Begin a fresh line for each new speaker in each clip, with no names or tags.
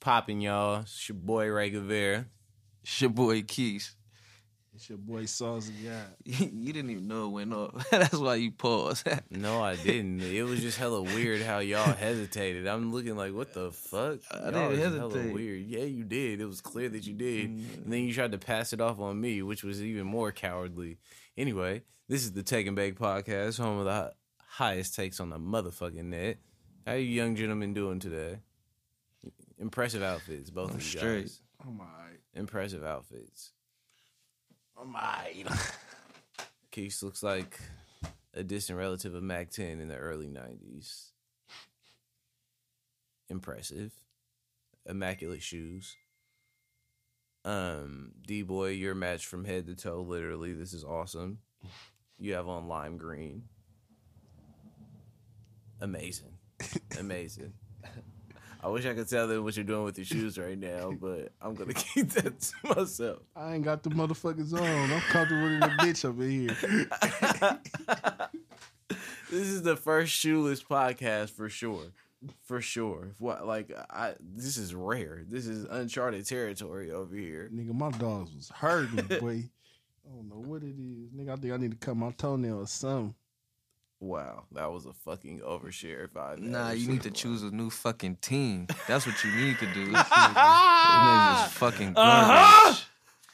popping, y'all? It's your boy Ray Guevara.
It's your boy Keys.
It's your boy Sauce God.
you didn't even know it went off. That's why you paused.
No, I didn't. it was just hella weird how y'all hesitated. I'm looking like, what the fuck?
I
Y'all
didn't
is Hella
hesitate. Mm.
weird. Yeah, you did. It was clear that you did. And then you tried to pass it off on me, which was even more cowardly. Anyway, this is the Take and Bake podcast, home of the hi- highest takes on the motherfucking net. How you young gentlemen doing today? Impressive outfits, both
I'm
of you
straight.
guys.
I'm alright.
Impressive outfits.
I'm alright.
Keeks looks like a distant relative of Mac 10 in the early 90s. Impressive. Immaculate shoes. Um, D boy, you're matched from head to toe, literally. This is awesome. You have on lime green. Amazing. Amazing. I wish I could tell them what you're doing with your shoes right now, but I'm gonna keep that to myself.
I ain't got the motherfuckers on. I'm comfortable in the bitch up in here.
this is the first shoeless podcast for sure. For sure. What like I this is rare. This is uncharted territory over here.
Nigga, my dogs was hurting, boy. I don't know what it is. Nigga, I think I need to cut my toenail or something.
Wow, that was a fucking overshare if I
nah,
ever
you
seen
need to
one.
choose a new fucking team. That's what you need to do. This nigga's just fucking
Uh-huh.
garbage.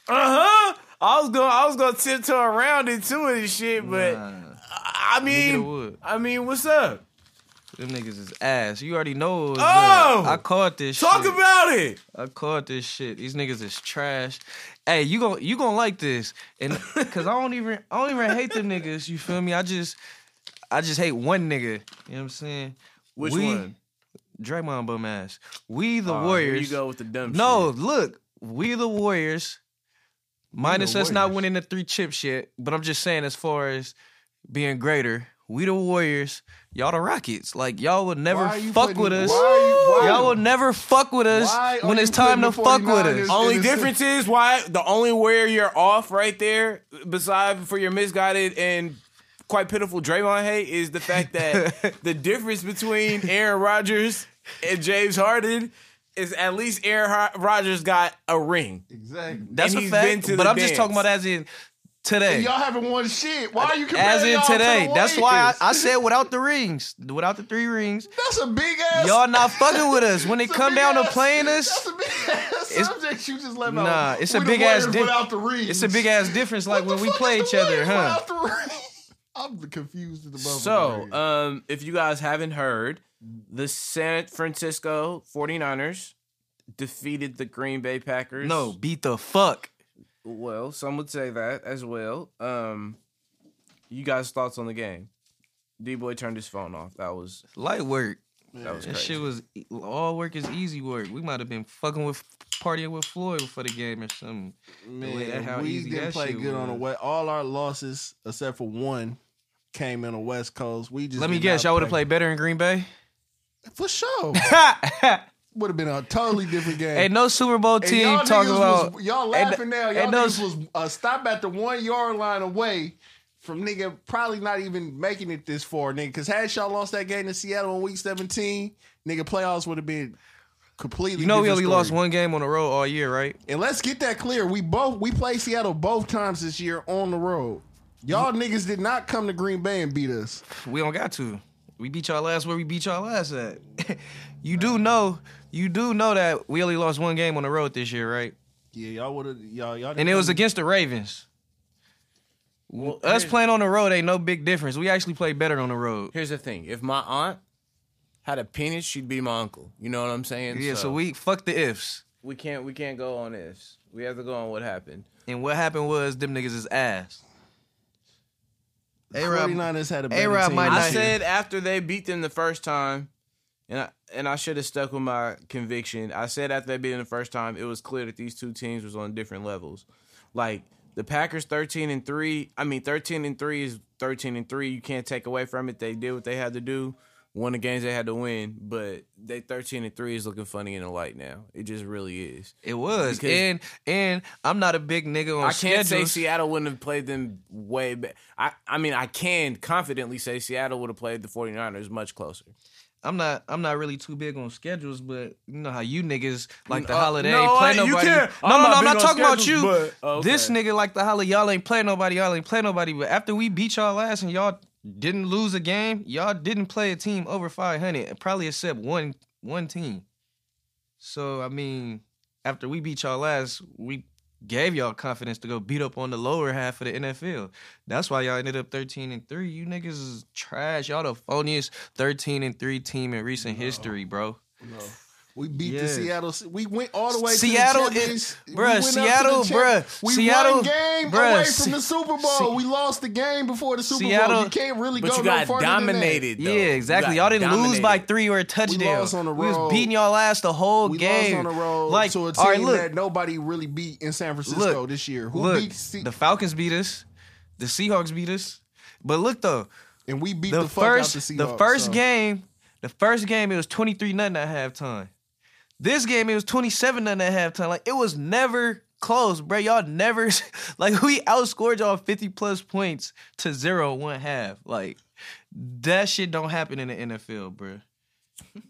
Uh-huh. I was going I was going to tiptoe around it too and shit, but
Nah,
I I
nigga
mean
would.
I mean, what's up?
Them niggas is ass. You already know. It was
Oh!
up. I caught this.
Talk
shit.
about it.
I caught this shit. These niggas is trash. Hey, you gon' you gonna like this, and cause I don't even I don't even hate them niggas. You feel me? I just I just hate one nigga. You know what I'm saying?
Which
We-
one?
Draymond bum ass. We the
Aw, Here
Warriors.
you go with the dumb
No,
shit.
look, we the Warriors. Minus us not
Warriors.
winning the three chips yet, but I'm just saying as far as being greater, we the Warriors. Y'all the Rockets. Like y'all would never
Why are you
fuck
putting-
with us.
why are you- why-
Y'all will never fuck with us
Why are
when
you
it's time to
putting the
fuck with
49ers
us.
in?
Only
Innocent.
difference is why the only where you're off right there, beside for your misguided and quite pitiful Draymond hate, is the fact that the difference between Aaron Rodgers and James Harden is at least Aaron Ho- Rodgers got a ring.
Exactly.
That's
and
a
he's been
fact.
to
But
the
I'm just talking
dance.
about as in today.
Y'all haven't won shit. Why are you comparing
As in
y'all
today.
To the
That's why
Warriors?
I, I said without the rings, without the three rings,
That's a big ass.
y'all not fucking with us. When they
That's a
come
big
down to
ass-
playing
That's
us,
a big ass
it's-
subject you just let out.
Nah, it's a
We the
big ass
Warriors
diff-
without the rings.
it's a big ass difference. Like
What
when
the
we
fuck
play
is
each
the
other,
Warriors
huh?
without the rings? I'm confused at the bubble.
So,
uh,
um, if you guys haven't heard, the San Francisco 49ers defeated the Green Bay Packers.
No, beat the fuck.
Well, some would say that as well. Um, you guys' thoughts on the game? D boy turned his phone off. That was
Light work.
that was
That
crazy.
shit was e- all work is easy work. We might have been fucking with partying with Floyd for the game or something.
Man,
way that how
we
easy
didn't
that
play
shit
good on the
was.
way. All our losses, except for one, came in the West Coast. We just
Let me
did
guess,
not
y'all would have
play-
played better in Green Bay.
for sure.
Ain't
would have been a totally different game.
no Super Bowl
And
team
y'all
talking
niggas
about
was, y'all
and-
laughing now. Y'all
and those-
niggas was uh, stop at the one yard line away from nigga probably not even making it this far, nigga. Because had y'all lost that game to Seattle in week seventeen, nigga playoffs would have been completely.
You know we only
different
lost
story.
one game on the road all year, right?
And let's get that clear. We both we played Seattle both times this year on the road. Y'all niggas did not come to Green Bay and beat us.
We don't got to. We beat y'all last where we beat y'all last at. you do know, you do know that we only lost one game on the road this year, right?
Yeah, y'all would have y'all y'all.
And it was against the Ravens.
Well,
Us
here's-
playing on the road ain't no big difference. We actually played better on the road.
Here's the thing: if my aunt had a penis, she'd be my uncle. You know what I'm saying?
Yeah, so, we fuck the ifs.
we can't we can't go on ifs. We have to go on what happened.
And what happened was them niggas is ass.
A Rob had a better
A-Rob
team
might not-
this
I
Nice.
year.
said after they beat them the first time, and I, and I should have stuck with my conviction. I said after they beat them the first time, it was clear that these two teams was on different levels. Like the Packers thirteen and three. I mean thirteen and three is thirteen and three. You can't take away from it. They did what they had to do. Won the games they had to win, but they thirteen and three is looking funny in the light now. It just really is.
It was.
Because-
and and I'm not a big nigga on
I can't say
schedules.
Seattle wouldn't have played them way back. I, I mean, I can confidently say Seattle would have played the 49ers much closer.
I'm not I'm not really too big on schedules, but you know how you niggas like the
Uh,
holiday
no,
ain't play
hey, you
nobody.
can't.
No,
I'm
no, no,
not
I'm
big
not
on
talking about you.
schedules, but- uh,
Oh,
okay.
This nigga like the holiday. Y'all ain't play nobody. Y'all ain't play nobody. But after we beat y'all ass and y'all didn't lose a game, y'all didn't play a team over 500, probably except one one team. So I mean, after we beat y'all ass, we gave y'all confidence to go beat up on the lower half of the NFL. That's why y'all ended up 13 and 3. You niggas is trash. Y'all the phoniest 13 and 3 team in recent history, bro.
We beat the
Yes.
Seattle. We went all the way.
Seattle
to the champions-
is-
we
bruh,
went up to the
Seattle,
champ-
bruh,
We
Seattle-
one game
bruh,
away
Se-
from the Super Bowl.
Se-
we lost the game before the Super Bowl.
Seattle-
You can't really
But
go
you
no
got
farther than that.
dominated. though.
Yeah, exactly.
You
Y'all
got
didn't lose by
dominated.
three or a touchdown.
lost on the
We
road.
was beating y'all ass the whole
We
game.
lost on the road
like,
to a
all
team
right, look,
that nobody really beat in San Francisco
Look,
this year. Who
look,
beat Se-
the Falcons beat us, the Seahawks beat us. But look though,
and we beat
the,
the, fuck
first
out the Seahawks.
the first
so.
game, the first game it was 23 nothing at halftime. This game it was 27 nothing at halftime. Like it was never close, bro. Y'all never like we outscored y'all 50 plus points to zero one half. Like that shit don't happen in the NFL, bro.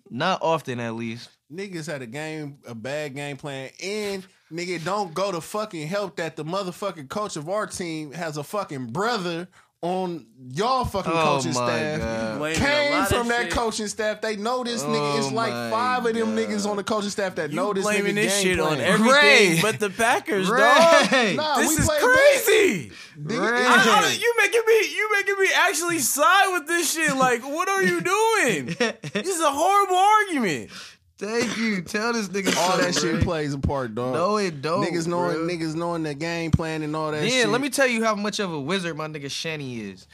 Not often at least.
Niggas had a game, a bad game plan, and nigga don't go to fucking help that the motherfucking coach of our team has a fucking brother on y'all fucking
Oh
coaching
my
staff.
God.
Blaming a
Came
lot
from
of
that
shit.
coaching staff. They know this nigga. It's
Oh
like
my
five of them
God.
niggas on the coaching staff that
You
know this
blaming
nigga
this
game
shit
plan.
on everything
Ray.
but the Packers, dog.
Ray.
Nah, we
This is
played
crazy.
Back, nigga,
Ray.
I-
it's-
I don't- you making me, you making me actually side with this shit. Like, what are you doing? This is a horrible argument.
Thank you. Tell this nigga
all that
so,
shit
Ray.
plays a part, dog.
No, it don't.
niggas knowing
Oh, bruh.
niggas knowing the game plan and all that.
Yeah,
shit.
let me tell you how much of a wizard my nigga Shanny is.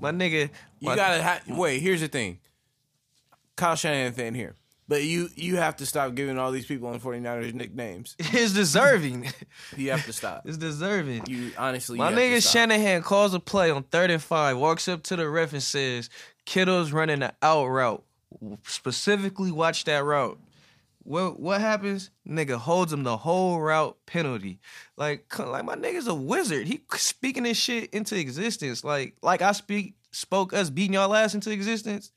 My nigga,
You
my-
gotta ha- wait. Here's the thing. Kyle Shanahan fan here, but you you have to stop giving all these people on 49ers nicknames.
is deserving.
You have to stop.
is deserving.
You honestly,
My
you have to
nigga
stop.
Shanahan calls a play on third and five, walks up to the ref and says, "Kittle's running an out route. Specifically, watch that route." What what happens? Nigga holds him the whole route penalty. Like c- like my nigga's a wizard. He speaking this shit into existence. Like like I speak spoke us beating y'all ass into existence.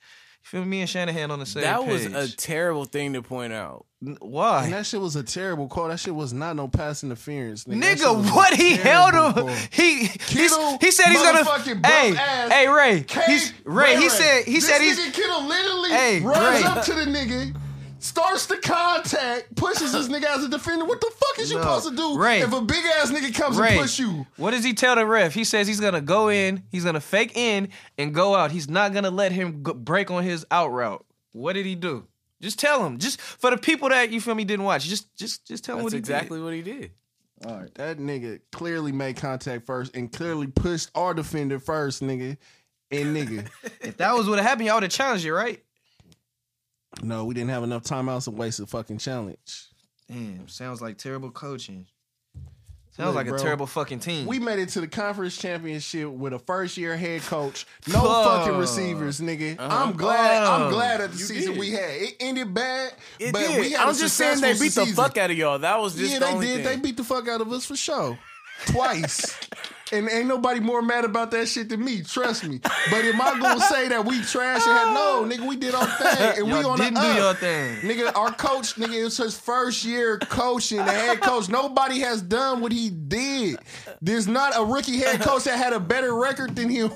You feel me and Shanahan on the same
That was
page.
a terrible thing to point out.
N-
And
Why?
that shit was a terrible call. That shit was not no pass interference, nigga. That shit was
Nigga,
a
what he
terrible
held him?
call.
He
Kittle,
he's, he said he's
motherfucking
gonna.
bum
Hey,
ass.
hey, Ray.
Cake
He's Ray. He
Ray.
said he
this
said he's
nigga Kittle literally
Hey,
runs
Ray.
up to the nigga, starts the contact, pushes this nigga as a defender. What the fuck is you
No.
supposed to do
Ray.
if a big ass nigga comes
Ray.
and push you?
What does he tell the ref? He says he's gonna go in, he's gonna fake in and go out. He's not gonna let him go- break on his out route. What did he do? Just tell him. Just for the people that you feel me didn't watch. Just just just tell him
That's
what he
exactly what he did.
All right, that nigga clearly made contact first and clearly pushed our defender first, nigga. And nigga,
did. If that was what happened, y'all would have challenged you, right?
no, we didn't have enough timeouts to waste the fucking challenge.
Damn, sounds like terrible coaching. Sounds
Look,
like a
bro.
terrible fucking
Mm.
team.
We made it to the conference championship with a first year head coach, no
Fuck.
fucking receivers, nigga.
Uh-huh.
I'm glad. I'm glad at the season
did.
we had. It ended bad,
Oh. It
but
did.
we had.
I'm
a
just saying they beat
successful
the
season.
fuck out of y'all. That was just
Yeah,
the
they
only
did. They
thing.
beat the fuck out of us for sure, twice. And ain't nobody more mad about that shit than me, trust me. But am I gonna say that we trash and had no, nigga, we did our thing and we
Oh. Y'all
on
didn't
the
do
up.
your thing.
Nigga, our coach, nigga, it was his first year coaching, the head coach. Nobody has done what he did. There's not a rookie head coach that had a better record than him.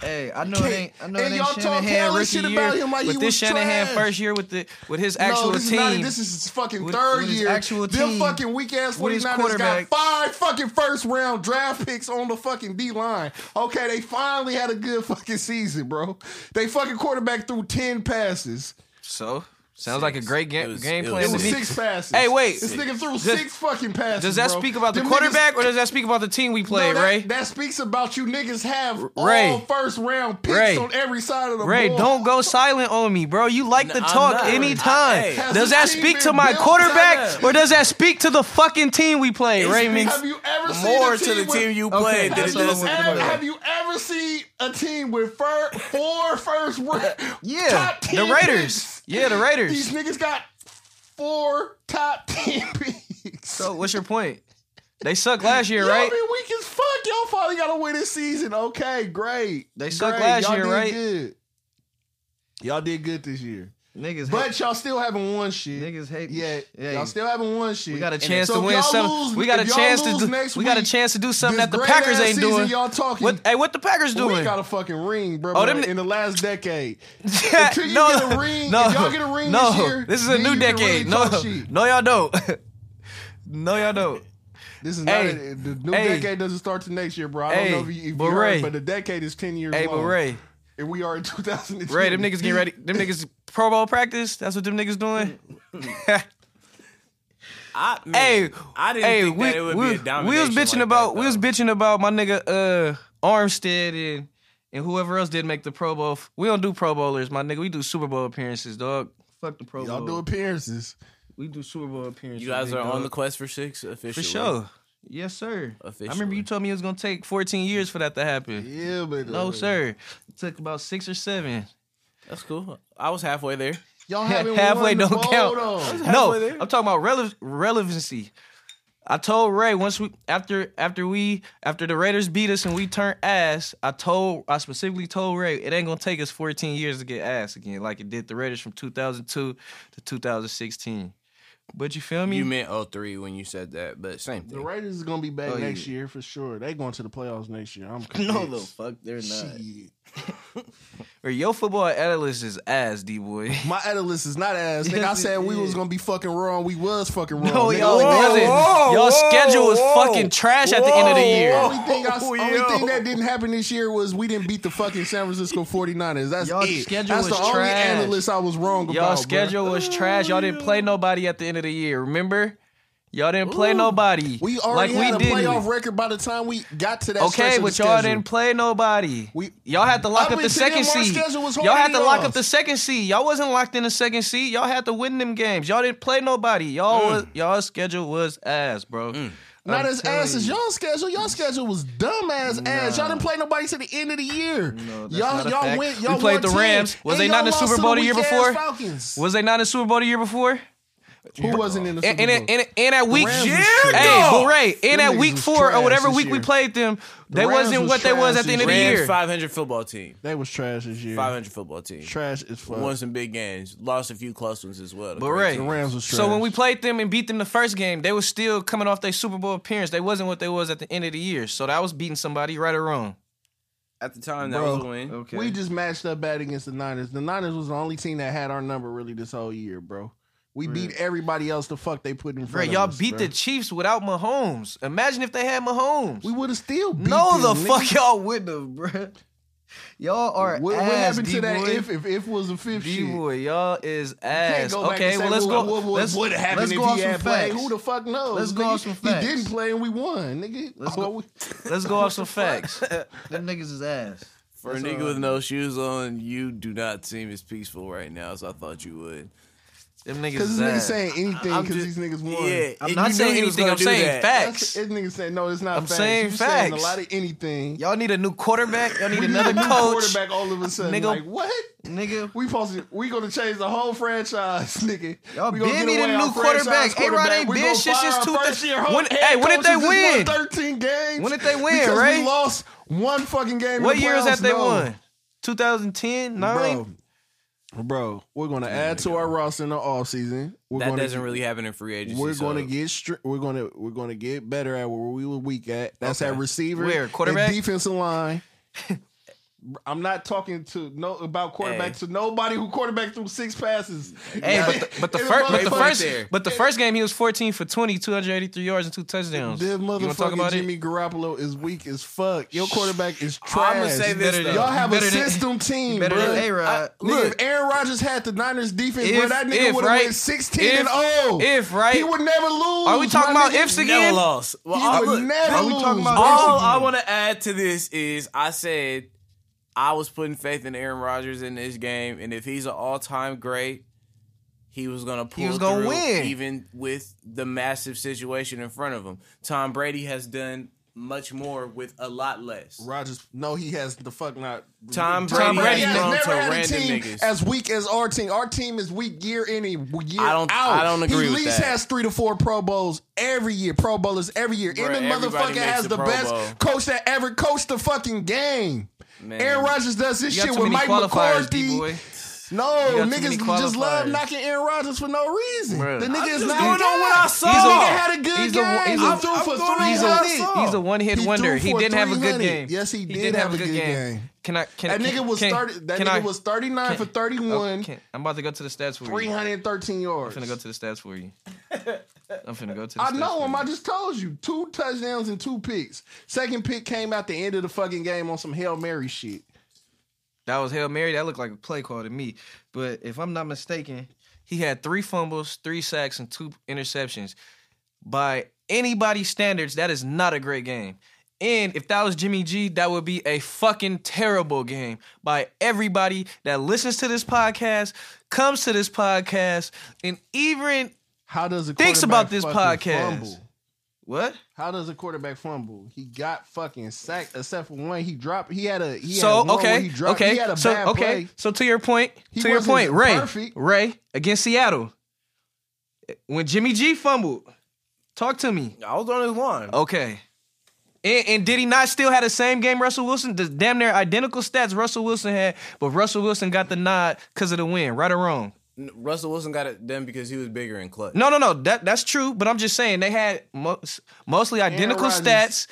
Hey, I know it ain't. I know
And
it ain't
y'all talk
Shanahan
hella
rookie
shit
year,
about him like
but
he
this
was
Shanahan
trash.
first year with the with his actual
no, this
team.
is not. This is his fucking
With-
third
with his
year.
actual
Them
team.
fucking weak ass
With his
49ers got
quarterback.
five fucking first round draft picks on the fucking D line. Okay, they finally had a good fucking season, bro. They fucking quarterback threw ten passes.
so sounds like a
Six.
great
It
game,
was-
game
it
plan
was
It
to
was
me.
Six.
six passes.
Hey, wait.
this nigga threw
Does-
six fucking passes.
Does that
bro.
speak about the
Them niggas-
quarterback or does that speak about the team we
No,
played,
that,
Ray?
That speaks about you niggas have
Ray.
all first round picks
Ray.
on every side of the
Ray,
ball.
don't go silent on me, bro. You like
No,
to
I'm
talk
not. I-
anytime.
hey.
Has
does
the
that
team
speak
been
to my
built?
Shut
quarterback
up.
or does that speak to the fucking team we played,
It
Raymond?
Have you ever seen
More
a
to the
with-
team you
Okay,
played than
Have
it
that's
you,
what I'm
does.
looking
ever,
for.
have you ever seen a team with fir- four first round?
Yeah,
top 10
the Raiders.
picks?
Yeah, the
These
Raiders.
niggas got four top ten picks.
So, what's your point? They sucked last year,
Y'all
right?
been weak as fuck. Y'all finally got to win this season. Okay, great.
They sucked
Great.
last
Y'all
year,
did
right?
Good. Y'all did good this year.
Niggas hate,
But y'all still haven't won shit.
niggas hate.
Yeah,
yeah.
y'all still haven't won shit.
we got a
And
chance
so
to
if
win
y'all
something.
lose-
We got a
if y'all
chance to
lose
do.
next
We got a
week,
chance to do something
this
that the
great
Packers
ass
ain't
season
doing.
Y'all talking?
What? Hey, what the Packers
We
doing?
got a fucking ring, bro.
Oh, them-
in the last decade.
Yeah,
Until you get a ring, if y'all get a ring
no,
this year,
This is a
then
new
you can really
decade. No,
talk shit.
no, y'all don't. no, y'all don't.
This is
Hey,
not a, the new
hey.
decade doesn't start to next year, bro. I
Hey,
don't know if you, if
but
you heard,
Ray.
but the decade is ten years
Hey,
long.
but Ray,
and we are in 2020.
Ray, them niggas getting ready. Them niggas Pro Bowl practice. That's what them niggas doing.
I, man,
hey,
I didn't
hey,
think
we,
that it would
we,
be a domination.
we was bitching
like
about
that,
we was
though.
bitching about my nigga uh Armstead and and whoever else did make the Pro Bowl. We don't do Pro Bowlers, my nigga. We do Super Bowl appearances, dog. Fuck the Pro
Y'all
Bowl.
do appearances.
we do Super Bowl appearances.
You guys
big
are
dog.
on the quest for six officially.
for sure. Yes, sir. I remember
Officially.
you told me it was gonna take 14 years for that to happen.
Yeah, but uh,
No, sir. It took about six or seven.
That's cool. I was halfway there.
Y'all haven't
Halfway
won the
don't
bowl,
count.
though.
No,
halfway there.
I'm talking about rele- relevancy. I told Ray once we after after we after the Raiders beat us and we turned ass. I told I specifically told Ray it ain't gonna take us 14 years to get ass again like it did the Raiders from 2002 to 2016. But you feel me?
You meant 03 when you said that, but same
The
thing.
Raiders is gonna be back
Oh, yeah.
next year for sure. They going to the playoffs next year. I'm
no,
convinced.
the fuck, they're not.
Shit.
Or your football analyst is ass, D boy.
My analyst is not ass. Nigga, I
Yes, it
said we
is.
was gonna be fucking wrong. We was fucking wrong.
No,
nigga.
y'all
Only
wasn't.
thing-
whoa,
y'all
whoa,
schedule was
whoa.
fucking trash at the end of the
Whoa,
year.
whoa.
Only thing, I,
Oh,
only
yo.
thing that didn't happen this year was we didn't beat the fucking San Francisco 49ers. That's
Y'all
it.
schedule
That's
was
the only
trash.
analyst I was wrong about.
Y'all
bruh.
schedule was trash. Y'all didn't play nobody at the end of the year. Remember? Y'all didn't play nobody.
We already
like
had
we
a
didn't.
playoff record by the time we got to that. stretch
Okay,
of
but
the
y'all
schedule.
didn't play nobody.
We-
y'all had to lock
Up
up, the
until
second
then, our
seed.
schedule was
Y'all had to
horny
lock
off.
up the second seed. Y'all wasn't locked in the second seed. Y'all had to win them games. Y'all didn't play nobody. Y'all was, y'all schedule was ass, bro.
Mm. Not as
telling
ass as
you.
y'all schedule. Y'all schedule was dumb ass ass. Y'all didn't play nobody to the end of the year.
that's
y'all
not a
y'all
fact.
went.
We
Y'all
played
won
the
10,
Rams. Was
and
they
y'all
not in the
lost
Super
to
Bowl the year
weak-ass
before?
Falcons.
Was they not in Super Bowl the year before?
Who wasn't in the Super
And, and,
Bowl?
and, and at week,
Rams
hey,
was trash.
but Ray, and
Them
at
niggas
week
was
four or
trash
whatever
this
week we
year.
played them, they
Rams
wasn't
was
what they
trash
was at the
this
end of the
Rams
year.
500 football team.
they was trash this year.
500 football team.
Trash as fuck.
Won some big games. Lost a few close ones as well.
But Ray,
The Rams was trash.
so when we played them and beat them the first game, they were still coming off their Super Bowl appearance. They wasn't what they was at the end of the year. So that was beating somebody right or wrong.
At the time, that
Bro.
was a win.
Okay.
We just matched up bad against the Niners. The Niners was the only team that had our number really this whole year, bro. We beat everybody else the fuck they put in
Bro,
front of
y'all
us,
beat
bro.
the Chiefs without Mahomes. Imagine if they had Mahomes.
We would have still beat
no, the
them, nigga.
fuck y'all wouldn't have, bro. Y'all are
What, what
ass,
happened to that
D-boy.
if if if was a fifth
D
shit?
boy, y'all is ass.
go back
Okay,
and say
well let's
who-
go.
What, what
let's,
would happen
let's
if
go off
he
some
had played?
facts.
Who the fuck knows?
Let's go
nigga?
off some facts.
He didn't play and we won, nigga.
Let's
Oh,
go-
we-
Let's go off some facts. Them niggas is ass.
For a nigga with no shoes on, you do not seem as peaceful right now as I thought you would.
Them niggas
Cause
is
this nigga
ass.
saying anything
I'm
because
just-
these niggas won.
Yeah,
I'm
and
not
you knew
saying
he was
anything.
gonna
I'm
do
saying
that.
facts.
That's, this nigga saying no, it's not.
I'm
facts.
saying
you saying a
facts.
lot of anything.
Y'all need a new quarterback. Y'all need
We need
another
a new
coach.
quarterback all of a sudden.
Nigga.
Like what?
Nigga,
We supposed to, we gonna change the whole franchise, nigga.
Y'all
we gonna
been
get
needing
away
a new
our franchise
quarterback. A-Rod ain't
We
been
gonna
shit
fire
since
our
2000
first year
when-
head
hey, when did
coach
they
that
win?
just Won Thirteen games.
When did they win,
Because
Ray?
we lost one fucking game.
what
in the
year is that
playoffs?
they
No.
won? 2010, nine.
Bro, bro, we're gonna add to our roster in the offseason. We're
That
gonna,
doesn't really happen in free agency.
We're
so-
gonna get str- we're gonna we're gonna get better at where we were weak at. That's
Okay.
at receiver,
Where?
and
Quarterback?
defensive line. I'm not talking to no about quarterback to nobody who quarterback through six passes.
Hey, but the, but the
And
first, but the
motherfucker-
first,
there.
but the first game he was 14 for 20, 283 yards and two touchdowns. You
This
wanna talk
motherfucker
about
Jimmy
it?
Garoppolo is weak as fuck. Your quarterback is
Oh,
trash.
I'ma say this,
Better
though.
than-
Y'all have a
better than-
system team,
better
bro.
than A-Rod.
Nigga, if Aaron Rodgers had the Niners defense, bro,
If-
that
if,
nigga would have
right?
went 16
If-
and 0.
if, right?
He would never lose.
Are we talking
my
about
nigga.
ifs
Never
again?
lost. Well,
He
all-
would
look,
never
are we
lose,
talking about
bro.
all I want to add to this is I said I was putting faith in Aaron Rodgers in this game, and if he's an all-time great, he was gonna pull.
was gonna
through,
win.
even with the massive situation in front of him. Tom Brady has done much more with a lot less.
Rodgers, no, he has the fuck not.
Tom
Tom
Brady,
Brady
has
has
thrown
never
to
had a
random
team
niggas.
as weak as our team. Our team is weak year in and year
I don't-
out.
I don't agree
He at
with
least
that.
has three to four Pro Bowls every year. Pro Bowlers every year.
Bruh,
and the
everybody
motherfucker
makes
has
a
the
Pro
best
Bowl.
coach that ever coached the fucking game.
Man.
Aaron Rodgers does this
You got
shit
too
with
many
Mike
qualifiers,
McCarthy.
D boy. You
No,
got too many
niggas just love
qualifiers.
knocking Aaron Rodgers for no reason.
Bruh.
The
I'm
nigga is
just
not
going on what I saw.
He's nigga had a good
He's a-
game.
he's
he
a-
threw
I'm
for
going on
three
He's
what I
hundred.
a,
saw.
he's a one hit
He
wonder.
threw
He
for
didn't have a good
300.
game.
Yes, he did have a good game.
Can I? Can,
That
can,
nigga was
can,
thirty. That
can
nigga
I-
was thirty
can-
nine for thirty
oh,
one.
can- I'm about to go to the stats for
Three
you.
hundred thirteen yards.
I'm finna go to the stats for you. I'm finna go to. The
I
stats
know
for
him.
you.
I just told you two touchdowns and two picks. Second pick came out the end of the fucking game on some hail mary shit.
That was Hail Mary. That looked like a play call to me. But if I'm not mistaken, he had three fumbles, three sacks, and two interceptions. By anybody's standards, that is not a great game. And if that was Jimmy G, that would be a fucking terrible game by everybody that listens to this podcast, comes to this podcast, and even
How does a
Thinks about
quarterback
this
fucking
podcast.
Fumble?
what?
How does a quarterback fumble? He got fucking sacked except for one. He dropped. He had a. He had
so
one where
okay,
He dropped.
okay,
He had a
so
bad
okay,
play.
so to your point,
He
to your
wasn't
point, Ray,
perfect.
Ray against Seattle, when Jimmy G fumbled, talk to me.
I was on his line.
Okay, and, and did he not still have the same game Russell Wilson? The damn near identical stats Russell Wilson had, but Russell Wilson got the nod because of the win, right or wrong.
N- Russell Wilson got it done because he was bigger and clutch.
No, no, no. That that's true. But I'm just saying they had most, mostly identical
Rodgers.
stats,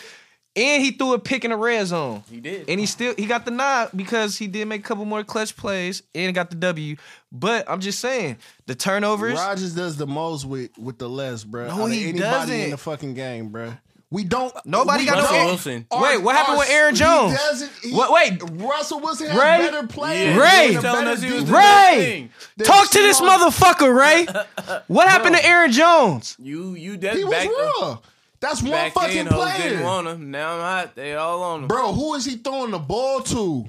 and he threw a pick in the red zone.
He did.
and he still he got the nod because he did make a couple more clutch plays and got the W. But I'm just saying the turnovers.
Rodgers does the most with with the less, bro.
No,
Out of
he
anybody
doesn't.
in the fucking game, bro. We don't.
Nobody
we
got no
don't-
Russell Wilson.
Aaron- Wait, what happened with Aaron Jones?
He doesn't, he-
What- wait.
Russell Wilson had
Ray?
better plays.
Ray?
He had a
Telling
better
us he was
defense.
the best
Ray,
thing.
talk to this motherfucker, Ray. What happened to Aaron Jones?
You you that
He was
back
real. That's one
back
fucking
then hoes didn't
player,
want him. Now I'm hot. They all on him.
bro. Who is he throwing the ball to?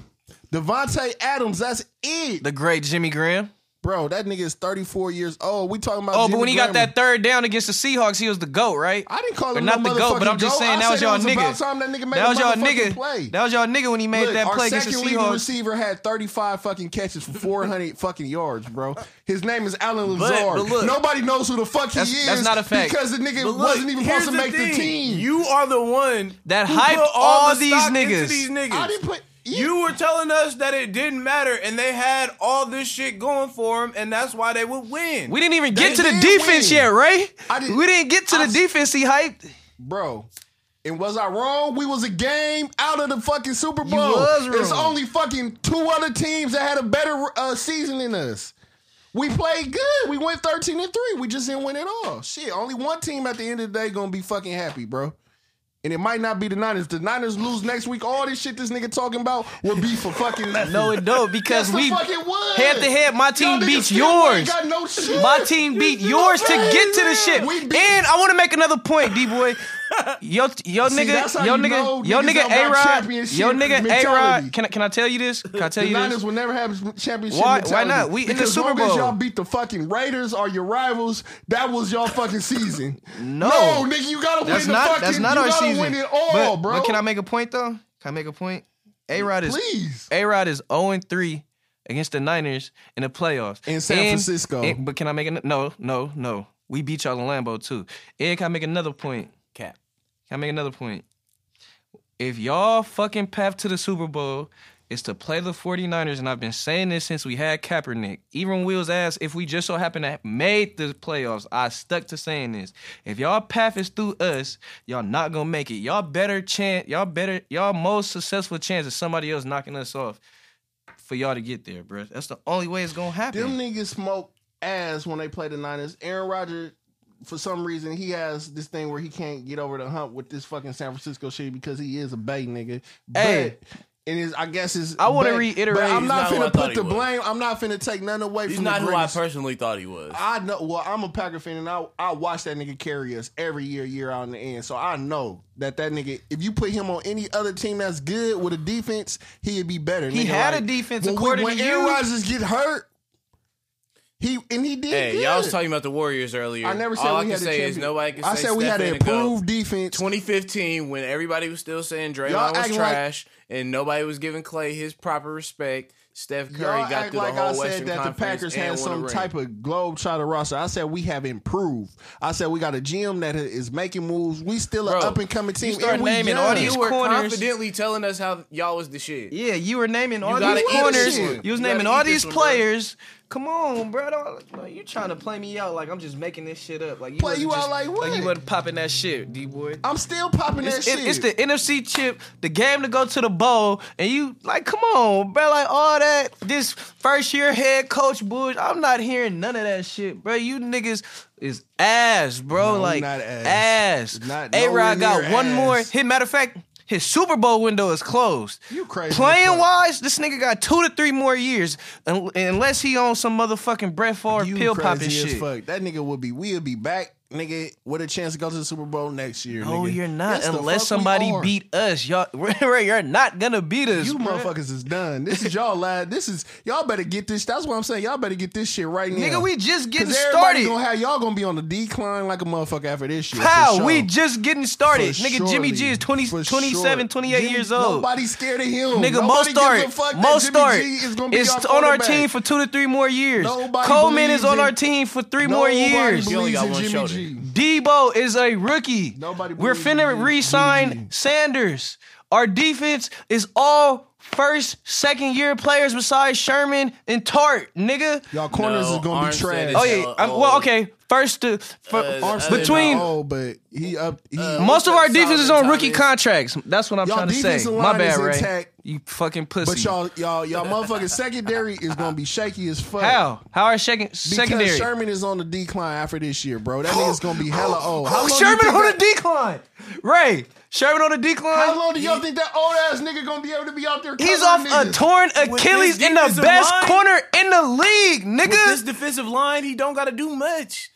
Devontae Adams. That's it,
The great Jimmy Graham.
bro. That nigga is thirty four years old. We talking about?
Oh, but
Jimmy
when he got
Graham.
that third down against the Seahawks, he was the goat, right?
I didn't call
Or
him
not
no
the goat, but I'm
motherfucking
just
goat.
saying
I
that was
said
y'all
it
nigga.
About time that nigga made
That was
a
y'all
motherfucking
nigga.
Play.
That was y'all nigga when he made
Look,
that play
our
against the
second leading
Seahawks.
receiver had 35 fucking catches for 400 fucking yards, bro. His name is Alan
But-
Lazard.
but look-
Nobody knows who the fuck
That's-
he is.
that's not a fact.
Because the nigga
But look,
wasn't even
here's
supposed to make the
thing.
team.
You are the one
That
who
hyped
put
all
the
these
stock into
niggas.
these
I
niggas.
didn't put.
You were telling us that it didn't matter, and they had all this shit going for them, and that's why they would win.
We didn't even get
They
to the
did
defense
win.
yet, Ray.
I didn't-
we didn't get to the defense he hyped.
Bro. And was I wrong? We was a game out of the fucking Super Bowl.
was wrong.
It's only fucking two other teams that had a better uh, season than us. We played good. We went 13 and 3. We just didn't win at all. Shit, only one team at the end of the day gonna be fucking happy, bro. And it might not be the Niners. The Niners lose next week. All this shit this nigga talking about will be for fucking nothing.
No, it don't because
Yes, the
we
fuck it would.
head to head. My
Y'all
team
niggas
beats
still ain't
yours.
Got no shit.
My team beat
You
yours to
crazy.
get to the ship.
We beat
and I want to make another point, D boy. Yo, yo,
See, that's how
nigga, yo,
you know
nigga, yo,
niggas
nigga,
don't got
A Rod,
championship
yo, nigga, A
mentality.
Rod. Can I can I tell you this? Can I tell
The
you
Niners
this?
will never have a championship.
Why- why
mentality.
not? We in the
Because
Super
long as
Bowl.
y'all beat the fucking Raiders or your rivals. That was y'all fucking season.
No.
nigga, you gotta
That's
win the
not
fucking.
that's not
you
our
gotta
season.
Win it all,
but,
bro.
but can I make a point though? Can I make a point? A Rod is
Please.
A Rod is 0 3 against the Niners in the playoffs.
In San
And-
Francisco.
and- but can I make an, no, no, no. We beat y'all in Lambeau too. And can I make another point?
Cap.
Can I make another point? If y'all fucking path to the Super Bowl is to play the 49ers, and I've been saying this since we had Kaepernick, even Will's ass, if we just so happen to have made the playoffs, I stuck to saying this. If y'all path is through us, y'all not gonna make it. Y'all better chance, y'all better, y'all most successful chance of somebody else knocking us off for y'all to get there, bruh. That's the only way it's gonna happen.
Them niggas smoke ass when they play the Niners. Aaron Rodgers, for some reason, he has this thing where he can't get over the hump with this fucking San Francisco shit because he is a bay nigga. But
Hey.
and his, I guess is
I wanna reiterate-
But I'm
He's
not
not
who I
finna
thought
put
he
the
was.
blame. I'm not finna take none away
He's
from the
not who I
greatest. Ah,
personally thought he was.
I know. Well, I'm a Packer fan, and I I watch that nigga carry us every year, year out in the end. So I know that that nigga, if you put him on any other team that's good with a defense, he'd be better.
He
Nigga,
had
like,
a defense
when,
according
when
to
Aaron
you.
Rodgers get hurt, he and he did.
Hey,
good.
y'all was talking about the Warriors earlier.
I never said
All
we
I can
had a
say is
champion.
nobody can
I
say
said we had
Steph
an
and Goat.
improved defense.
2015 when everybody was still saying Draymond
Y'all
was
acting like-
trash and nobody was giving Clay his proper respect. Steph Curry
Y'all
got
act
through
like
the whole
I said
Western
that the
Conference
Packers
and
had
won
some
a ring.
type of globetrotter roster. I said we have improved. I said we got a GM that is making moves. We still an
Bro,
up and coming team.
start
and we
naming
young.
all these
You were
corners.
confidently telling us how y'all was the shit.
Yeah, you were naming all
gotta
these
eat
this
corners.
shit.
You was
You
naming
gotta
all
eat this
these
one, bro.
players. Come on, bro. Don't, like, you trying to play me out like I'm just making this shit up. Like you
Play
wasn't
you out
just-
like what?
you wasn't popping that shit, D boy.
I'm still popping
It's,
that
it-
shit.
it's the NFC chip, the game to go to the bowl, and you like, come on, bro. Like all that, this first year head coach Bush. I'm not hearing none of that shit, bro. You niggas is ass, bro.
No, we
like
not ass.
ass.
Not
A
nowhere
Rod got
near
one more.
ass.
Hit matter of fact, his Super Bowl window is closed.
You crazy as
Playing
fuck.
wise, this nigga got two to three more years, un- unless he on some motherfucking Brett Favre
you
pill
crazy
popping
as
shit.
Fuck. That nigga would be. We'll be back, nigga, with a chance to go to the Super Bowl next year.
No,
nigga.
Oh, you're not.
Yes, the
unless
fuck we
somebody
are.
beat us, y'all. You're not gonna beat us.
You
bruh.
motherfuckers is done. This is y'all lad. This is y'all better get this. That's what I'm saying. Y'all better get this shit right now.
Nigga, we just getting
Cause everybody
started.
Gonna have, y'all gonna be on the decline like a motherfucker after this year.
How?
For sure.
We just getting started.
For
nigga,
surely.
Jimmy G is 20,
For
27,
sure.
28
Jimmy-
years old.
Nobody's scared of him.
Nigga, Mo
Nobody
Start.
gives a fuck
Mo
that Jimmy
Start
G is gonna be
is
our
on our
quarterback.
team for two to three more years.
Nobody
Coleman
believes
is on
in-
our team for three more
Nobody
years.
believes
You only got
in
one
Jimmy
shoulder.
G.
Debo is a rookie.
Nobody
We're
believes in
finna
Jimmy
re sign Sanders. Our defense is all first, second year players besides Sherman and Tart, nigga.
Y'all corners
No,
is Uh, gonna be
Armstead
trash.
is
Oh,
Uh,
yeah. I'm- well,
oh.
okay. First to.
Armstead
fir-
Armstead
between-
not old, but he up. He
Most of our
Solomon
defense is on rookie
Thomas.
contracts. That's what I'm
Y'all
trying to say.
defensive
My
line is
bad, Ray.
intact.
You fucking pussy.
but y'all, y'all, y'all, motherfucking secondary is gonna be shaky as fuck.
how? How are second
Because
secondary?
Sherman is on the decline after this year, bro. That nigga's gonna be hella old. How long do you
Sherman
think
on
that-
the decline. Ray, Sherman on the
How
decline.
long do y'all think that old ass nigga gonna be able to be out there?
He's off
covering
a
niggas?
torn Achilles
this
in the
defensive
best
line-
corner in the league,
With this
nigga.
defensive line, he don't got to do much.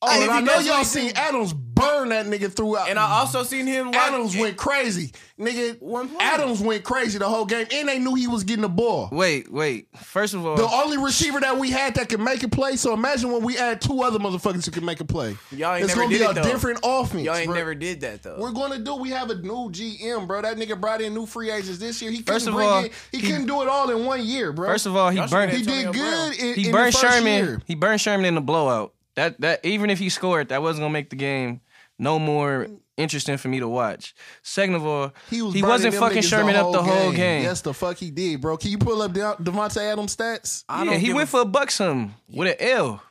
Oh, and
if
I
he
know
does
y'all
like
seen Adams burn that nigga throughout.
And I also seen him. Like,
Adams went crazy, nigga.
One play.
Adams went crazy the whole game, and they knew he was getting the ball.
Wait, wait. First of all,
The only receiver that we had that could make a play. So imagine when we add two other motherfuckers who can make a play.
Y'all ain't
it's
never
gonna
did
be
it,
a
though.
different offense.
Y'all ain't
bro.
never did that though.
We're gonna do. We have a new GM, bro. That nigga brought in new free agents this year. He couldn't
First of
bring
all,
in, he,
he-
couldn't do it all in one year, bro.
first of all, he
Y'all should
burned.
have
he did
Antonio Brown.
good. In,
he
in
burned
the first
Sherman.
Year.
He burned Sherman in the blowout. That that even if he scored, that wasn't gonna make the game no more interesting for me to watch. Second of all,
He, was burning
wasn't
them
fucking
niggas
Sherman up the whole game.
Yes, the fuck he did, bro. Can you pull up De- Devontae Adams stats?
I
yeah,
don't
he
give
went
a-
for a buck something with an L.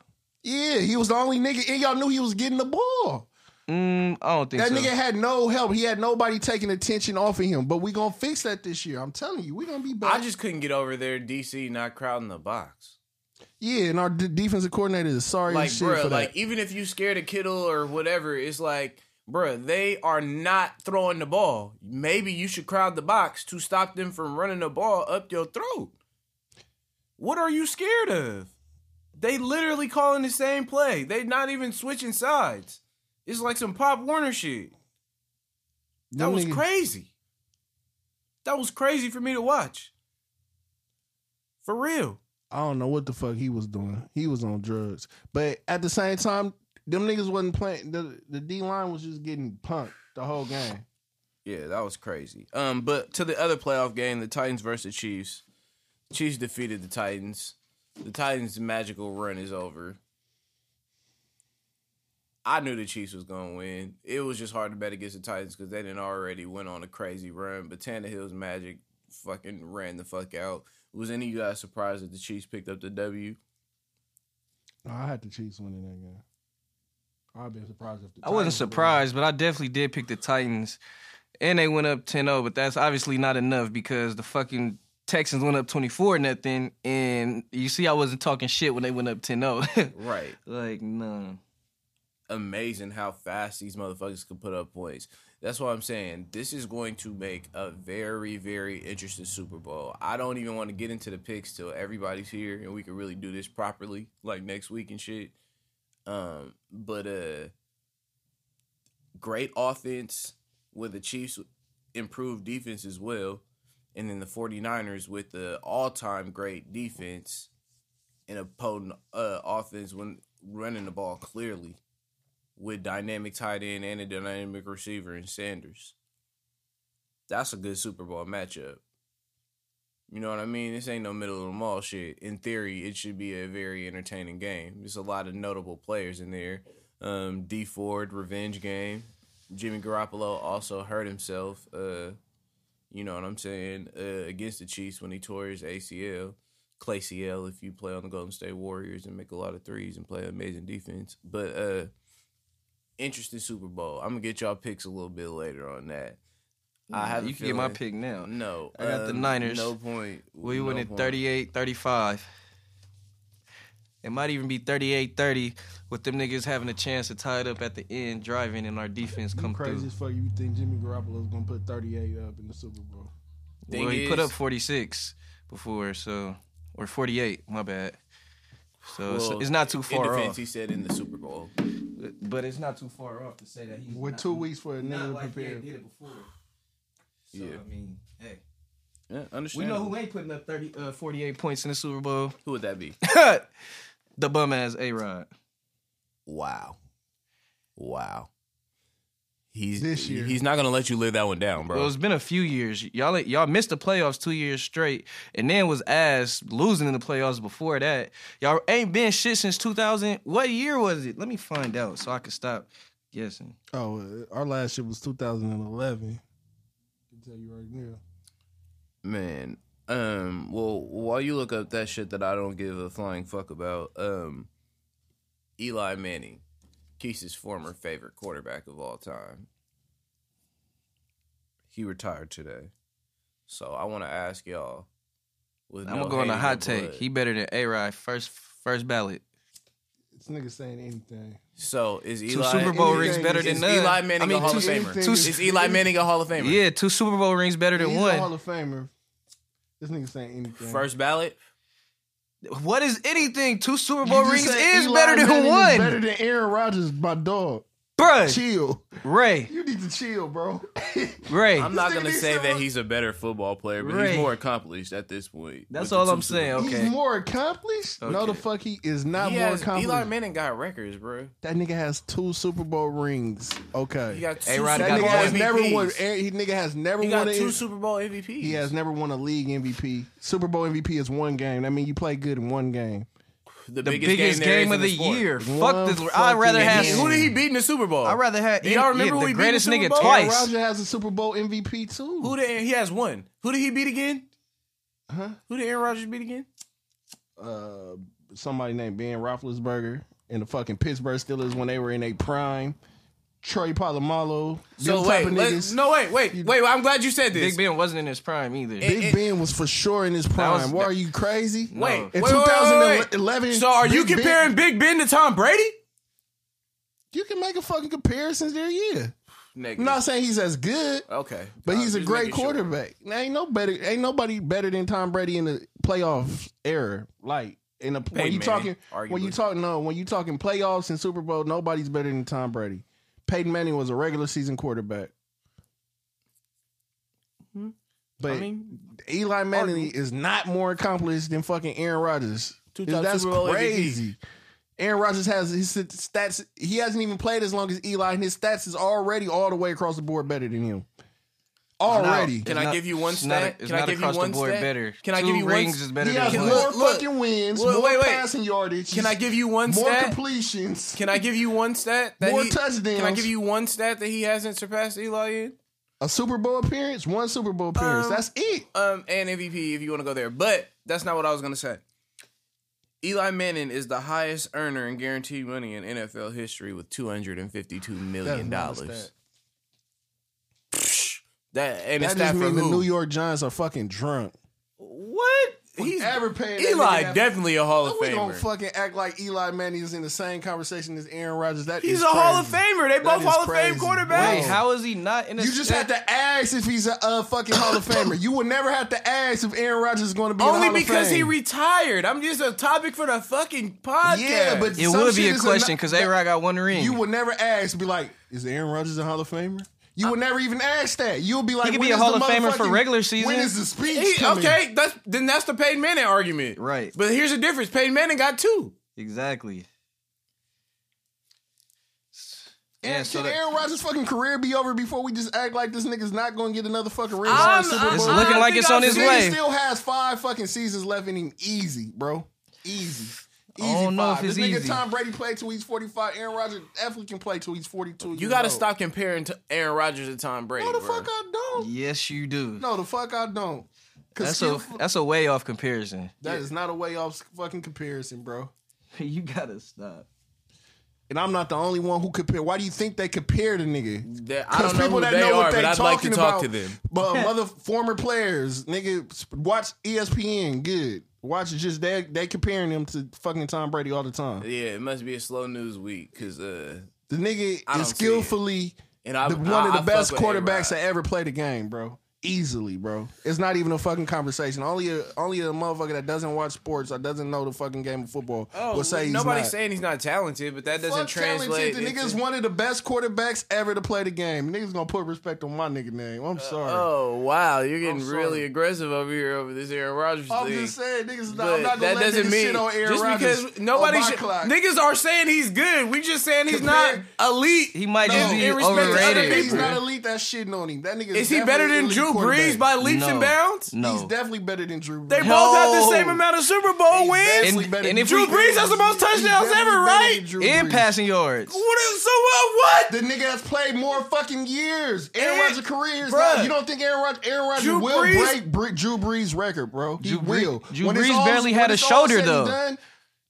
Yeah, he was the only nigga, and y'all knew he was getting the ball.
Mm, I don't think
That
so.
nigga had no help. He had nobody taking attention off of him. But we gonna fix that this year. I'm telling you, we gonna be back.
I just couldn't get over there. DC not crowding the box.
yeah, and our d- defensive coordinator is sorry
Like,
as shit
bruh,
for that.
like even if you scared of Kittle or whatever, it's like, bruh, they are not throwing the ball. Maybe you should crowd the box to stop them from running the ball up your throat. What are you scared of? They literally calling the same play. They not even switching sides. It's like some Pop Warner shit. That
Them
was
niggas-
crazy. That was crazy for me to watch. For real.
I don't know what the fuck he was doing. He was on drugs. But at the same time, them niggas wasn't playing. The, the D line was just getting punked the whole game.
Yeah, that was crazy. Um, but to the other playoff game, the Titans versus Chiefs. Chiefs defeated the Titans. The Titans' magical run is over. I knew the Chiefs was gonna win. It was just hard to bet against the Titans because they didn't already went on a crazy run. But Tannehill's magic fucking ran the fuck out. Was any of you guys surprised that the Chiefs picked up the W?
No, I had the Chiefs winning that game. I'd been surprised if the
I wasn't
Titans won.
surprised, but I definitely did pick the Titans. And they went up 10-0, but that's obviously not enough because the fucking Texans went up 24 nothing and you see I wasn't talking shit when they went up 10-0.
Right.
like, no.
amazing how fast these motherfuckers can put up points. That's what I'm saying. This is going to make a very, very interesting Super Bowl. I don't even want to get into the picks till everybody's here and we can really do this properly, like next week and shit. Um, but uh great offense with the Chiefs improved defense as well. And then the 49ers with the all time great defense and a potent uh, offense when running the ball clearly with dynamic tight end and a dynamic receiver in Sanders. That's a good Super Bowl matchup. You know what I mean? This ain't no middle of the mall shit. In theory, it should be a very entertaining game. There's a lot of notable players in there. Um, D Ford, revenge game. Jimmy Garoppolo also hurt himself. Uh, you know what I'm saying? Uh, against the Chiefs when he tore his ACL. Clay CL, if you play on the Golden State Warriors and make a lot of threes and play amazing defense. But uh, interesting Super Bowl. I'm gonna get y'all picks a little bit later on that. I have a
Mm, you can get my
feeling-
pick now.
No, um,
I got the Niners.
No point.
We
no
went at
point.
38 35. It might even be 38 30 with them niggas having a chance to tie it up at the end, driving, and our defense
You
come
crazy
through.
as fuck. You think Jimmy Garoppolo's gonna put 38 up in the Super Bowl?
Thing
well, he put
is-
up 46 before, so, or 48, my bad. So it's,
Well,
it's not too
In
far
defense,
off.
he said in the Super Bowl.
But it's not too far off to say that he's
With
not-
two weeks for a nigga
not
to
like he
prepare.
did it before. So,
Yeah.
I mean, hey.
Yeah,
We
understand.
know who ain't putting up 30, uh, 48 points in the Super Bowl.
who would that be?
the bum ass A Rod.
Wow, wow. He's
This year.
He's not gonna let you live that one down, bro.
Well, it's been a few years. Y'all y'all missed the playoffs two years straight, and then was ass losing in the playoffs before that. Y'all ain't been shit since 2000. What year was it? Let me find out so I can stop guessing.
Oh, uh, our last shit was 2011. I can tell you right now.
Man, um, well, while you look up that shit that I don't give a flying fuck about, um, Eli Manning, Keese's former favorite quarterback of all time, he retired today. So I want to ask y'all. With
I'm
no
gonna go on a
hate
hot
in your
take.
blood,
He better than A Rod first first ballot.
This nigga saying anything.
so is
Two
Eli
Super Bowl
anything
rings better
is
than none.
Eli Manning
I mean,
a Hall
two,
of Famer?
anything is-
is Eli Manning a Hall of Famer?
Yeah, two Super Bowl rings better than
He's a Hall
one.
of Famer. This nigga saying anything.
First ballot.
What is anything? Two Super
You
Bowl
just
rings
said
is
Eli
better than
Manning is
one.
Better than Aaron Rodgers, my dog.
Bruh,
Chill.
Ray,
You need to chill, bro.
Ray.
I'm not
nigga
gonna
needs
say that
someone-
he's a better football player, but
Right.
he's more accomplished at this point.
That's
with the
all
two
I'm
Super Bowls.
saying. Okay.
He's more accomplished. No,
Okay.
the fuck he is not
He
more
has-
accomplished.
Eli Manning got records, bro.
that nigga has two Super Bowl rings. Okay.
He got two
A-Rod
Super
got
that
Bowl
nigga
more
has
MVPs.
never won. eh, He nigga has never
He
won.
got
a-
two Super Bowl MVPs.
he has never won a league MVP. Super Bowl MVP is one game. That mean you play good in one game.
the,
the
biggest,
biggest,
game, there is
game
in
of the,
sport.
year.
One
Fuck this. I'd rather
fucking
have.
game.
Who did he beat in the Super Bowl?
I'd rather have.
Do y'all remember
yeah,
when
the
we beat the
greatest
Super
nigga
Bowl?
Aaron
twice?
Rodgers has a Super Bowl MVP too.
Who did he has one? Who did he beat again?
Huh?
Who did Aaron Rodgers beat again?
uh, somebody named Ben Roethlisberger and the fucking Pittsburgh Steelers when they were in a prime. Troy Polamalu,
So
them
wait,
type of
let-
niggas.
no wait, wait, wait. I'm glad you said this.
Big Ben wasn't in his prime either.
Big
it-
Ben was for sure in his prime.
was-
Why are you crazy?
wait,
No.
wait,
in
wait, wait, wait,
2011,
So are you
Big Ben-
comparing Big Ben to Tom Brady?
You can make a fucking comparison there, yeah.
Negative.
I'm not saying he's as good,
Okay,
but
Uh,
he's a
just
great
making sure.
quarterback. Now, ain't no better, ain't nobody better than Tom Brady in the playoff era. Like in the when
Peyton Manning,
you talking when you
arguably.
talking no when you talking playoffs and Super Bowl, nobody's better than Tom Brady. Peyton Manning was a regular season quarterback. But
Hmm. I mean,
Eli Manning is not more accomplished than fucking Aaron Rodgers.
Two-time
That's
Super Bowl MVP.
crazy. Aaron Rodgers has his stats. He hasn't even played as long as Eli, and his stats is already all the way across the board better than him. Already,
Can
It's
I
not-
give you one
it's not
stat?
a- it's
Can I
not
give you
across the
one
board
stat?
better.
Can I
Two
give you one
rings is
stat?
better
he
than
has
one.
Look,
more
look.
fucking wins,
Wait,
more
wait, wait.
passing yardage,
Can I give you one
more
stat?
completions.
Can I give you one stat? That
More
he,
touchdowns.
Can I give you one stat that he hasn't surpassed Eli in?
a Super Bowl appearance, one Super Bowl appearance.
Um,
That's it.
Um, and MVP if you want to go there, but that's not what I was gonna say. Eli Manning is the highest earner in guaranteed money in NFL history with two hundred and fifty-two million
That's not a
dollars.
stat.
That and it's
That
that
just
for
means the
who?
New York Giants are fucking drunk.
what? He's
Ever paid that nigga
Eli
that-
definitely a Hall of
we don't
Famer.
fucking act like Eli Manning is in the same conversation as Aaron Rodgers. That
He's
is
a Hall of
crazy.
Famer. They both
is
Hall of Fame
crazy.
quarterbacks.
Wait, how is he not in? A
You just
stat-
have to ask if he's a uh, fucking Hall of Famer. You will never have to ask if Aaron Rodgers is going to be in the
Only
Hall of
because he
Fame.
retired. I'm just a topic for the fucking podcast.
Yeah, but
It
some
would be
shit
a
is
question
not-
because A Rod got one ring.
You will never ask. Be like, is Aaron Rodgers a Hall of Famer? You will never even ask that. You'll be like,
could
when
be a
is
Hall
the
of Famer for
motherfucking-
regular season.
When is the speech?
He-
coming?
okay, that's then that's the Peyton Manning argument,
Right.
But here's the difference: Peyton Manning got two.
exactly.
Aaron,
so
can
that-
Aaron Rodgers' fucking career be over before we just act like this nigga's not going to get another fucking ring?
I'm-
Super Bowl?
I'm-
It's
I
looking like
think
it's on
I
his
see-
He
way.
still has five fucking seasons left in him. Easy, bro. Easy. Easy
I don't know
five.
if it's
this nigga
easy.
Tom Brady played till he's 45. Aaron Rodgers definitely can play till he's 42.
You got to stop comparing to Aaron Rodgers and Tom Brady.
No, the
bruh.
fuck I don't.
Yes, you do.
No, the fuck I don't. Cause
that's
skill,
a that's a way off comparison.
that is not a way off fucking comparison, bro.
you gotta stop.
And I'm not the only one who compare. Why do you think they compare the nigga?
They- I
Because
don't know
people
who
that
they
know
are,
what they
but I'd
talking
like to
about,
talk to them.
But mother former players, nigga, sp- watch E ESPN. Good, watch it. Just they they comparing him to fucking Tom Brady all the time.
Yeah, it must be a slow news week because, uh,
The nigga
I don't
is
see it.
skillfully
and I,
the, one
I-
of
I
the
fuck
best
with A-Rod.
quarterbacks that ever played the game, bro. Easily, bro. It's not even a fucking conversation. Only a only a motherfucker that doesn't watch sports or doesn't know the fucking game of football
Oh,
will say he's
nobody's
not.
saying he's not talented, but that doesn't
Fuck talented.
translate.
The nigga's
into-
one of the best quarterbacks ever to play the game. Niggas gonna put respect on my nigga name. I'm sorry.
Oh wow, you're
I'm
getting
sorry.
really aggressive over here over this Aaron Rodgers
I'm
thing.
just saying, niggas. is Not,
But
I'm not gonna
that
let
doesn't
niggas
mean
shit on Aaron
just
Rodgers.
because nobody
on my
should,
clock.
niggas are saying he's good. We just saying he's not
Compared-
elite.
He might
No,
just be
in respect to other
overrated.
people,
He's not
bruh.
elite. That shitting on him. That nigga
Is he better than Drew Brees by leaps
No.
and bounds?
No.
He's definitely better than Drew. Brees.
They both have the
No.
same amount of Super Bowl
He's
wins.
definitely
And-
better
and
than
if
Drew
we-
Brees has the most
He's
touchdowns
definitely
ever,
better
right?
than Drew
and
Brees.
passing yards.
What is so what? What?
The nigga has played more fucking years. Aaron
Aaron-
Rodgers' career is
Bruh.
not. You don't think Aaron Rodgers, Aaron Rodgers
Drew
will
Brees-
break Bre- Drew Brees' record, bro? He
Drew Bre-
will.
Drew
When it's
Brees
all-
barely had
when
a
it's all
shoulder,
said and
though.
done,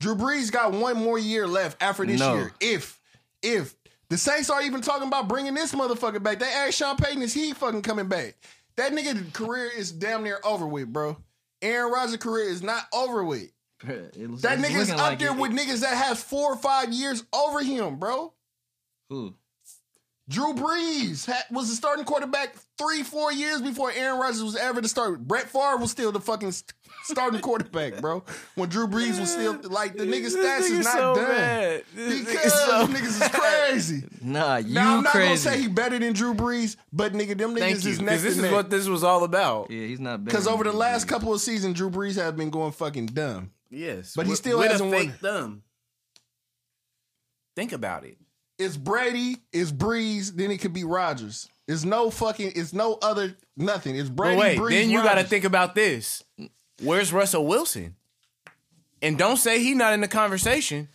Drew Brees got one more year left after this
No.
year. If if the Saints are even talking about bringing this motherfucker back, they asked Sean Payton is he fucking coming back? That nigga career is damn near over with, bro. Aaron Rodgers' career is not over with. That nigga is up there with niggas that has four or five years over him, bro.
Who?
Drew Brees had, was the starting quarterback three, four years before Aaron Rodgers was ever the start. Brett Favre was still the fucking st- starting quarterback, bro. When Drew Brees was still like the nigga
This
stats is
nigga's
not
so
done
bad. This
because
nigga's so
niggas is crazy.
Nah, you
Now I'm not
crazy.
gonna say he better than Drew Brees, but nigga, them
Thank
niggas
you.
is
'cause
next
This
to
is what
next.
this was all about.
yeah, he's not better.
Because over the
than
last
Drew
couple of seasons, Drew Brees has been going fucking dumb.
Yes,
But he
with-
still
with a
hasn't won.
fake thumb. Think about it.
It's Brady, it's Brees, then it could be Rodgers. It's no fucking, it's no other nothing. It's Brady.
But wait,
Brees,
then you got to
Rodgers.
think about this. Where's Russell Wilson? And don't say he's not in the conversation,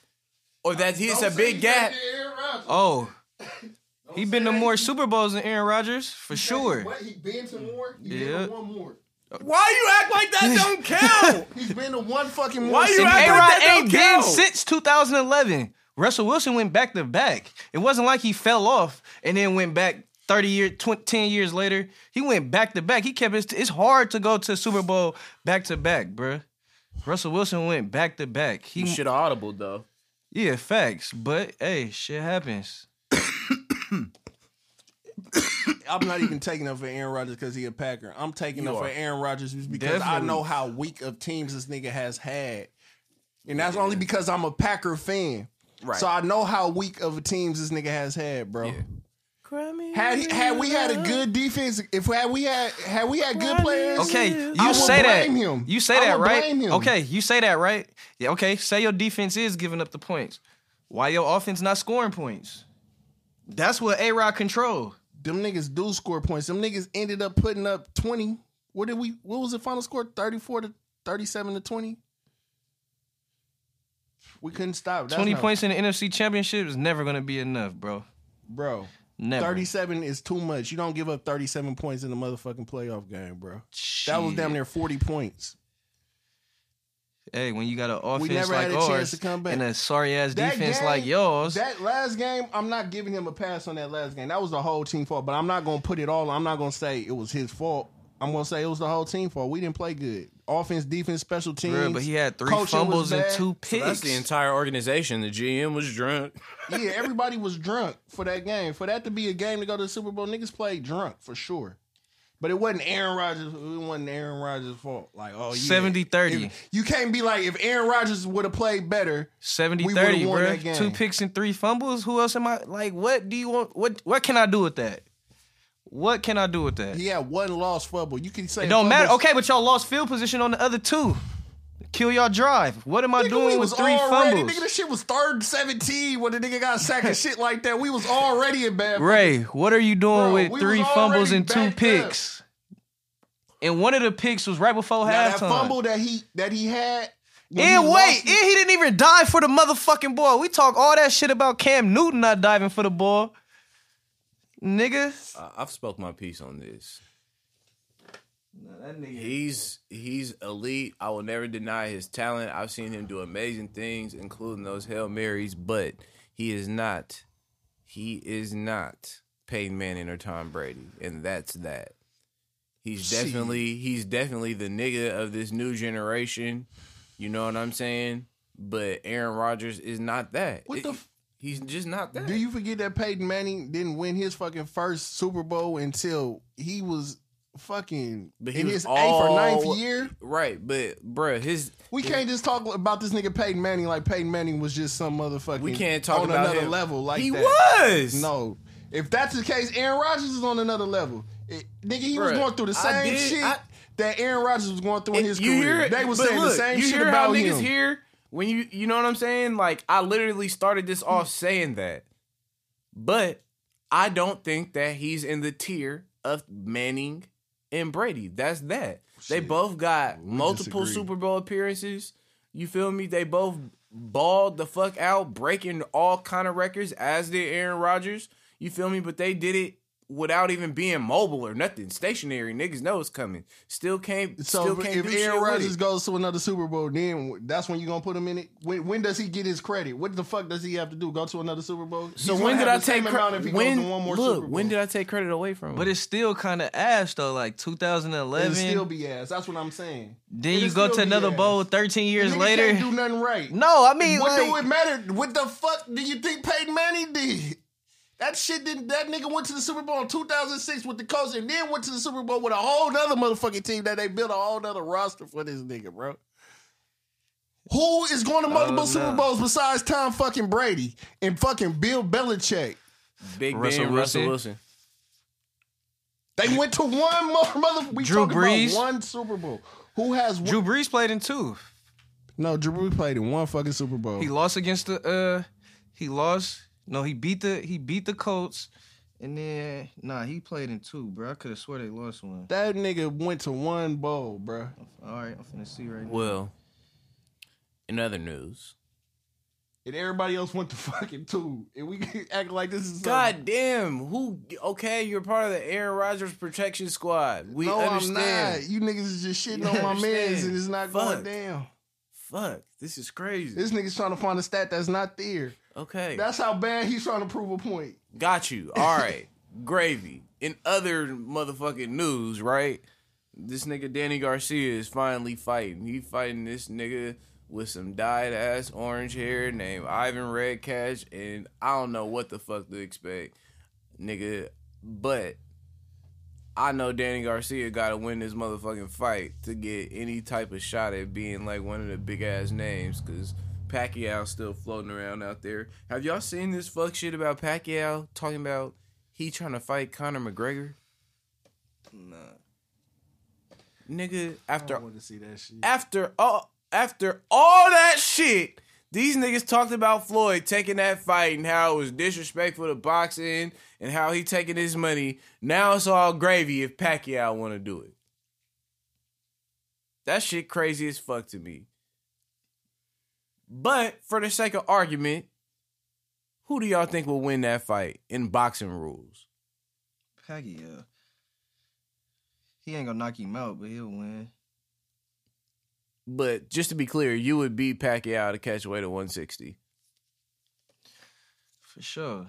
or that he's a big gap.
Brees. Oh, he been to more Super Bowls than Aaron Rodgers for sure.
What he been to more? He
Yeah.
been to one more.
Why you act like that don't count?
He's been to one fucking more.
Why you
since-
act
Aaron
like
Rod
that don't
ain't been
count.
since 2011. Russell Wilson went back to back. It wasn't like he fell off and then went back 30 years, 20, 10 years later. He went back to back. He kept his. It's hard to go to Super Bowl back to back, bruh. Russell Wilson went back to back. He
should have audible though.
yeah, facts. But hey, shit happens.
I'm not even taking up for Aaron Rodgers because he a Packer. I'm taking up for
are.
Aaron Rodgers just because I
Definitely.
know how weak of teams this nigga has had, and that's only because I'm a Packer fan.
Right.
So I know how weak of a teams this nigga has had, bro. Had he, had we had a good defense, if had we had had we had good players,
Okay,
I
you
would
say that.
blame him.
You say
I
that,
would
right?
blame him.
Okay, you say that, right? Yeah, okay, say your defense is giving up the points. Why your offense not scoring points? That's what A-Rod control.
them niggas do score points. Them niggas ended up putting up 20. What did we what was the final score? 34 to 37 to 20? We couldn't stop. That's
20
not-
points in the NFC Championship is never going to be enough, bro.
Bro.
Never.
37 is too much. You don't give up 37 points in the motherfucking playoff game, bro. That was
Shit.
damn near 40 points.
Hey, when you got an offense
never
like
had a
ours
chance to come back.
and a sorry ass
That
defense
game-
like yours,
That last game, I'm not giving him a pass on that last game. That was the whole team fault, but I'm not going to put it all. I'm not going to say it was his fault. I'm going to say it was the whole team fault. We didn't play good. Offense, defense, special teams.
bro, but he had three
coaching was
fumbles and
bad.
two picks.
That's the entire organization. The GM was drunk.
Yeah, everybody was drunk for that game. For that to be a game to go to the Super Bowl, niggas played drunk for sure. But it wasn't Aaron Rodgers. It wasn't Aaron Rodgers' fault. Like, oh yeah,
70-30.
If- You can't be like if Aaron Rodgers would have played better.
70
We would've
30,
won
bro.
that game.
Two picks and three fumbles. Who else am I like? What do you want? What what can I do with that? What can I do with that?
He had one lost fumble. You can say
It don't matter.
fumbles-
Okay, but y'all lost field position on the other two. kill y'all drive. What am I
Nigga,
doing
we
with
was
three
already,
fumbles?
Nigga, this shit was third and 17 when the nigga got sacked and shit like that. We was already in bad.
Ray, what are you doing
Bro, we
with
was
three fumbles
already
and two
backed up.
picks? And one of the picks was right before
Now, that
halftime.
fumble that he that he had. when
And
he
wait,
lost-
and he didn't even dive for the motherfucking ball. We talk all that shit about Cam Newton not diving for the ball. Nigga.
I- I've spoke my piece on this. He's he's elite. I will never deny his talent. I've seen him do amazing things, including those hail marys. But he is not. He is not Peyton Manning or Tom Brady, and that's that. He's
Shit.
definitely he's definitely the nigga of this new generation. You know what I'm saying? But Aaron Rodgers is not that.
What the f-
he's just not that.
Do you forget that Peyton Manning didn't win his fucking first Super Bowl until he was fucking
But he
in
was
his eighth or
all-
ninth year?
right? But bruh, his
We can't just talk about this nigga Peyton Manning like Peyton Manning was just some motherfucking.
We can't talk
on
about
another
him.
level like
he
that.
was
No, if that's the case, Aaron Rodgers is on another level. It- nigga, he was
Bruh,
going through the
I
same
did-
shit
I-
that Aaron Rodgers was going through in
It-
his
you
career.
hear-
they was
but
saying the
look,
same
you
shit
hear
about
how
him.
niggas hear when you you know what I'm saying? Like I literally started this off saying that, but I don't think that he's in the tier of Manning and Brady. That's that. They
Shit.
both got multiple
disagree.
Super Bowl appearances. You feel me? They both balled the fuck out, breaking all kind of records as did Aaron Rodgers. You feel me? But they did it without even being mobile or nothing. Stationary niggas know it's coming. Still can't.
So
still
if,
can't
if
do shit
Aaron
with
Rodgers
it.
goes to another Super Bowl, then that's when you gonna put him in it. When, when does he get his credit? What the fuck does he have to do? Go to another Super Bowl?
So
He's
when
gonna
did I
have the
take
same
cre-
amount if he
when,
goes to one more
look,
Super Bowl?
when did I take credit away from him?
But it's still kind of ash though, like
It'll
2011.
still be ass. That's what I'm saying.
then
It'll
you go to
still be
another
ass.
bowl 13 years
Nigga
later.
Can't do nothing right.
no, I mean,
what do
like,
it matter? What the fuck do you think Peyton Manning did? That shit didn't. That nigga went to the Super Bowl in 2006 with the Colts, and then went to the Super Bowl with a whole nother motherfucking team that they built a whole nother roster for this nigga, bro. Who is going to multiple
Oh, no.
Super Bowls besides Tom fucking Brady and fucking Bill Belichick?
Big
Russell
Ben, Russell
Wilson.
Wilson.
They went to one more mother. We
Drew
talking
Brees.
about one Super Bowl. Who has one?
Drew Brees played in two.
no, Drew Brees played in one fucking Super Bowl.
He lost against the uh he lost no he beat the he beat the Colts and then nah he played in two bro I could have swear they lost one.
that nigga went to one bowl, bro.
All right I'm finna see right now.
Well, in other news,
and everybody else went to fucking two, and we act like this is
God damn, who? Okay, you're part of the Aaron Rodgers protection squad. We
Something. No, I'm
understand.
not. You niggas is just shitting on my
Understand.
mans, and it's not going
Fuck.
down.
Fuck, this is crazy.
This nigga's trying to find a stat that's not there.
okay,
That's how bad he's trying to prove a point.
got you. All right, gravy. In other motherfucking news, right? This nigga Danny Garcia is finally fighting. He fighting this nigga with some dyed ass orange hair named Ivan Redcash, and I don't know what the fuck to expect, nigga. But I know Danny Garcia got to win this motherfucking fight to get any type of shot at being like one of the big ass names because Pacquiao's still floating around out there. Have y'all seen this fuck shit about Pacquiao talking about he trying to fight Conor McGregor? Nah. Nigga, after
to see that shit.
after all after all that shit, these niggas talked about Floyd taking that fight and how it was disrespectful to boxing and how he taking his money. Now it's all gravy if Pacquiao want to do it. That shit crazy as fuck to me. But for the sake of argument, who do y'all think will win that fight in boxing rules?
Pacquiao. He ain't gonna knock him out but he'll win.
But just to be clear, you would beat Pacquiao to catch weight at 160.
For sure.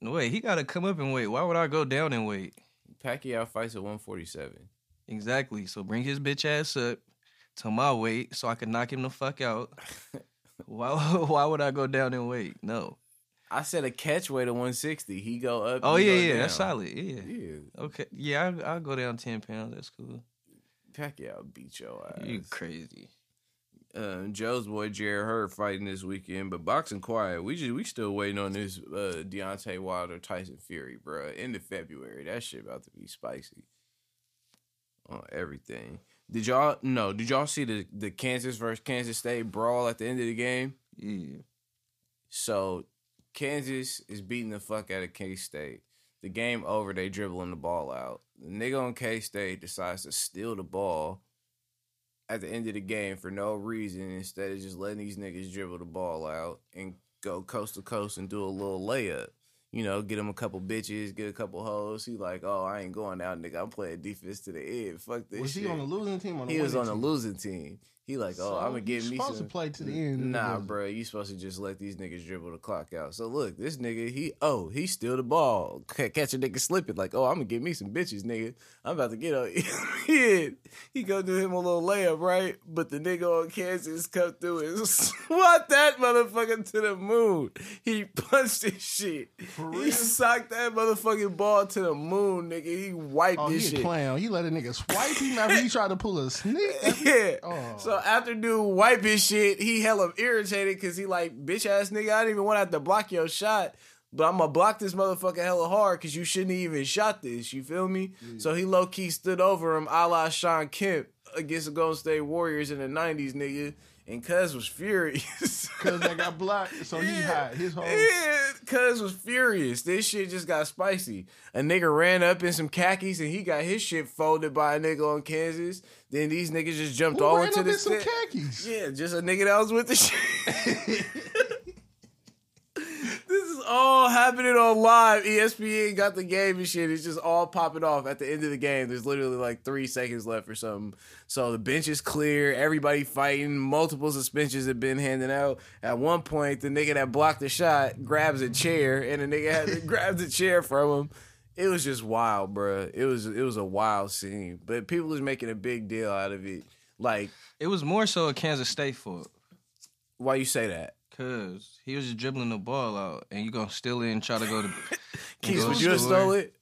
No wait, he gotta come up and wait. Why would I go down and wait?
Pacquiao fights at 147.
Exactly. So bring his bitch ass up to my weight so I can knock him the fuck out. why why would I go down and wait? No.
I said a catch weight of 160. He go up.
Oh
he
yeah,
go
yeah,
down.
that's solid. Yeah.
Yeah,
Okay. Yeah, I I'll go down ten pounds. That's cool.
Pacquiao beat your ass.
You crazy.
Um, Joe's boy Jared Hurd fighting this weekend, but boxing quiet. We just we still waiting on this uh, Deontay Wilder Tyson Fury, bro. End of February, that shit about to be spicy on everything. Did y'all no? Did y'all see the the Kansas versus Kansas State brawl at the end of the game?
Yeah.
So Kansas is beating the fuck out of K State. The game over. They dribbling the ball out. The nigga on K State decides to steal the ball at the end of the game for no reason instead of just letting these niggas dribble the ball out and go coast to coast and do a little layup. You know, get him a couple bitches, get a couple hoes. He like, oh, I ain't going out, nigga. I'm playing defense to the end. Fuck this.
Was he
shit."
on the losing team? Or on the
He was on
winning
the
team?
losing team. He like, oh,
So,
I'm gonna
you
give me
supposed
some.
to play to the end.
Nah,
bro.
bro, you supposed to just let these niggas dribble the clock out. So look, this nigga, he oh, he steal the ball, C- catch a nigga slipping. Like, oh, I'm gonna give me some bitches, nigga. I'm about to get on. yeah, he go do him a little layup, right? But the nigga on Kansas come through and swat that motherfucker to the moon. He punched his shit. He
real?
socked that motherfucking ball to the moon, nigga. He wiped
Oh,
this
he a
shit.
clown. He let a nigga swipe him after he tried to pull a sneak.
Yeah.
Oh.
So after dude wipe his shit, he hella irritated because he like, bitch ass nigga, I didn't even want to have to block your shot, but I'm gonna block this motherfucker hella hard because you shouldn't even shot this. You feel me? So he low key stood over him, a la Sean Kemp against the Golden State Warriors in the '90s, nigga. And Cuz was furious.
Cause that got blocked, so he hot. His whole
Yeah, cuz was furious. This shit just got spicy. A nigga ran up in some khakis and he got his shit folded by a nigga on Kansas. Then these niggas just jumped
Who
all
ran
into
up in
this.
some
tent.
khakis.
Yeah, just a nigga that was with the shit. this is all happening E on live. ESPN got the game and shit. It's just all popping off at the end of the game. There's literally like three seconds left or something. So the bench is clear. Everybody fighting. Multiple suspensions have been handed out. At one point, the nigga that blocked the shot grabs a chair, and the nigga had to grab the chair from him. It was just wild, bruh. It was it was a wild scene, but people was making a big deal out of it. Like,
It was more so a Kansas State fault.
why you say that?
Cause he was just dribbling the ball out, and you gonna steal it and try to go to. and
Keith,
go
would
to
you have
score.
stole it?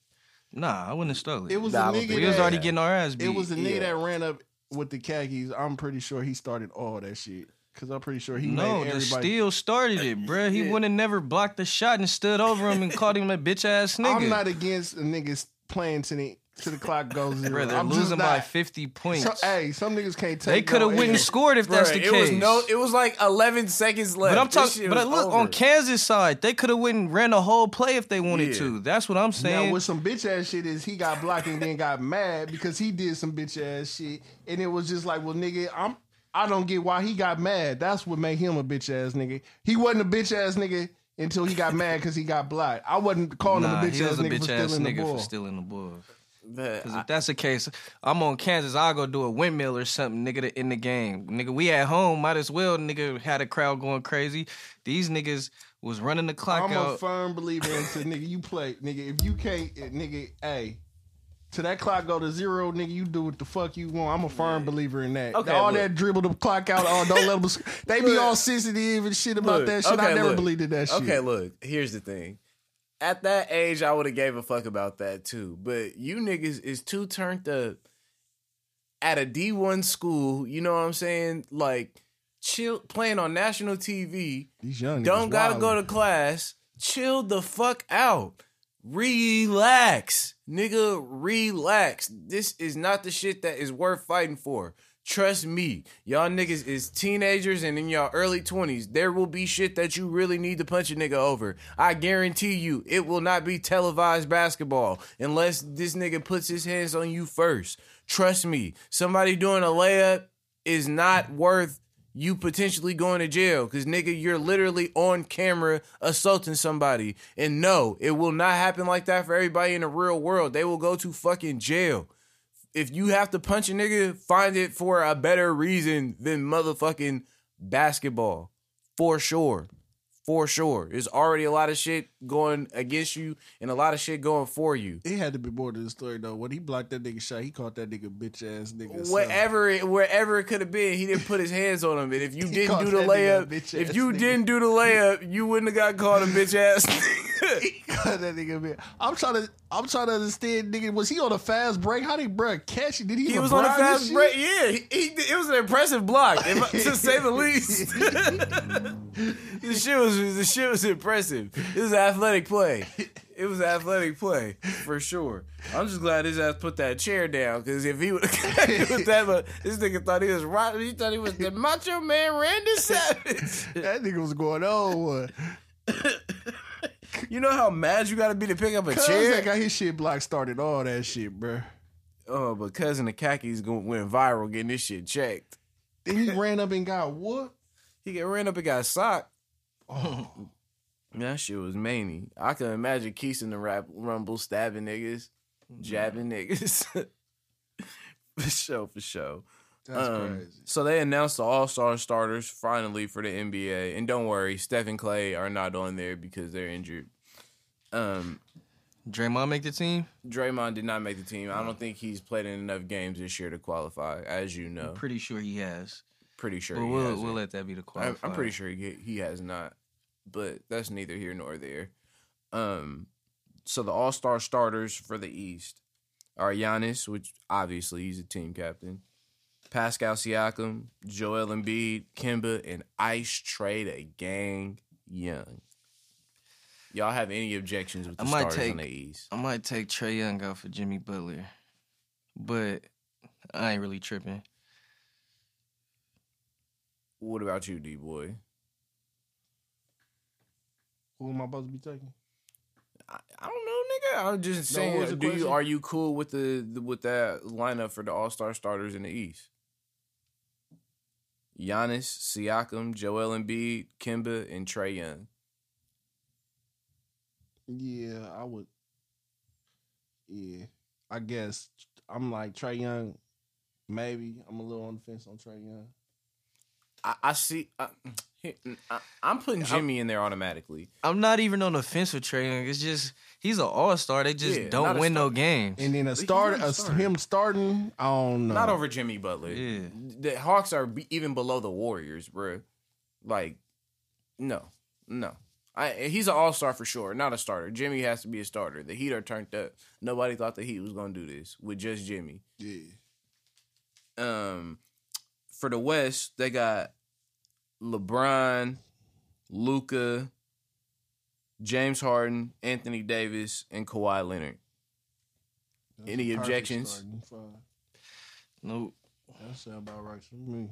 Nah, I wouldn't have stole it.
It was
Nah, I
a
don't
nigga.
think-
we was
that-
already getting our ass beat.
It was the nigga
Yeah.
that ran up with the khakis. I'm pretty sure he started all that shit. Cause I'm pretty sure he
no,
made
the
everybody.
steal started it, bruh. He wouldn't have never blocked the shot and stood over him and called him a bitch ass nigga.
I'm not against a niggas playing to the to the clock goes zero.
Bruh, they're
I'm just
losing by
not.
50 points.
So, hey, some niggas can't take.
they could have
no
went and
L.
scored if that's
Bruh,
the
it was
case.
no. It was like eleven seconds left.
but I'm
This
talking.
shit
But
was
look
over.
on Kansas side, they could have went and ran a whole play if they wanted
Yeah.
to. That's what I'm saying.
Now, what some bitch ass shit is he got blocked and then got mad because he did some bitch ass shit, and it was just like, well, nigga, I'm I don't get why he got mad. That's what made him a bitch ass nigga. He wasn't a bitch ass nigga until he got mad because he got blocked. I wasn't calling
nah,
him a bitch
he
ass
was a
nigga for
bitch ass
stealing the
nigga
ball.
for stealing the ball.
But
Cause
I-
if that's the case, I'm on Kansas. I'll go do a windmill or something, nigga, to end the game. Nigga, we at home, might as well, nigga, had a crowd going crazy. These niggas was running the clock
I'm a
out.
firm believer in to nigga. You play, nigga. If you can't, eh, nigga, hey. To that clock go to zero, nigga. You do what the fuck you want. I'm a firm believer in that.
Okay,
all
look.
that dribble the clock out. Oh, don't let them. sc- They be
Look.
all sensitive and shit about
Look,
that shit. I
okay,
never
look.
believed in that shit.
Okay, look, here's the thing. At that age, I would have gave a fuck about that too. But you niggas is too turned up at a D1 school, you know what I'm saying? Like chill playing on national TV.
These young
Don't
niggas
gotta go
wildin'.
to class. Chill the fuck out. Relax. Nigga, relax. This is not the shit that is worth fighting for. Trust me, y'all niggas is teenagers and in y'all early 20s. There will be shit that you really need to punch a nigga over. I guarantee you, it will not be televised basketball unless this nigga puts his hands on you first. Trust me, somebody doing a layup is not worth you potentially going to jail because nigga you're literally on camera assaulting somebody and no it will not happen like that for everybody in the real world they will go to fucking jail if you have to punch a nigga find it for a better reason than motherfucking basketball for sure for sure there's already a lot of shit going against you and a lot of shit going for you
It had to be more to the story though. When he blocked that nigga shot, he called that nigga bitch ass nigga. so-
whatever it, wherever it could have been, he didn't put his hands on him. And if you didn't
called
do the
that nigga a
layup,
bitch ass
if you
nigga.
didn't do the layup, you wouldn't have got called a bitch ass. nigga.
God, that nigga, man. I'm trying to, I'm trying to understand, nigga. Was he on a fast break? How did bruh catch it? Did he?
he
even
was on a
block this
fast
shit?
break. Yeah, he, he, it was an impressive block, if, I- to say the least. the shit was the shit was impressive. It was an athletic play. It it was athletic play for sure. I'm just glad his ass put that chair down because if he would have with that, but this nigga thought he was right. He thought he was the Macho Man Randy Savage.
That nigga was going on one.
You know how mad you got to be to pick up a
Cuz
chair.
that got his shit block started all that shit, bruh.
oh, but cousin the khakis go- went viral getting this shit checked.
Then he ran up and got whooped.
He got ran up and got socked.
Oh,
That shit was many. I can imagine Keith in the rap rumble stabbing niggas,
Mm-hmm.
jabbing niggas. for sure, for sure.
that's
Um,
crazy.
So they announced the All Star starters finally for the NBA, and don't worry, Steph and Clay are not on there because they're injured. Um,
Draymond make the team?
Draymond did not make the team. I don't think he's played in enough games this year to qualify, as you know.
I'm pretty sure he has.
Pretty sure
but
he
we'll
has
we'll let that be the
I'm,
qualifier.
I'm pretty sure he he has not, but that's neither here nor there. Um, so the All Star starters for the East are Giannis, which obviously he's a team captain. Pascal Siakam, Joel Embiid, Kimba, and Ice Trade a gang young. Y'all have any objections with
I
the
might
starters on the
take-
East?
I might take Trey Young out for Jimmy Butler, but I ain't really tripping.
What about you, D boy?
Who am I supposed to be taking?
I, I don't know, nigga. I'm just
No, what
saying.
was the
do you
question?
are you cool with the, the with that lineup for the All Star starters in the East? Giannis, Siakam, Joel Embiid, Kimba, and Trey Young.
Yeah, I would. Yeah, I guess I'm like Trey Young. Maybe I'm a little on the fence on Trey Young.
I, I see. I, I, I'm putting Jimmy in there automatically.
I'm not even on the fence with Trey Young. It's just he's an all star. They just
Yeah, not
don't
a
win no games.
And then a
he's
starter,
not
a,
starting.
him starting, I don't know.
Not over Jimmy Butler.
Yeah.
The Hawks are be, even below the Warriors, bro. Like, no, no. I, he's an all star for sure, not a starter. Jimmy has to be a starter. The Heat are turned up. Nobody thought the Heat was gonna do this with just Jimmy.
Yeah.
Um, for the West, they got LeBron, Luca, James Harden, Anthony Davis, and Kawhi Leonard.
That's
Any
a perfect
objections?
starting five.
Nope.
That sound about right to me.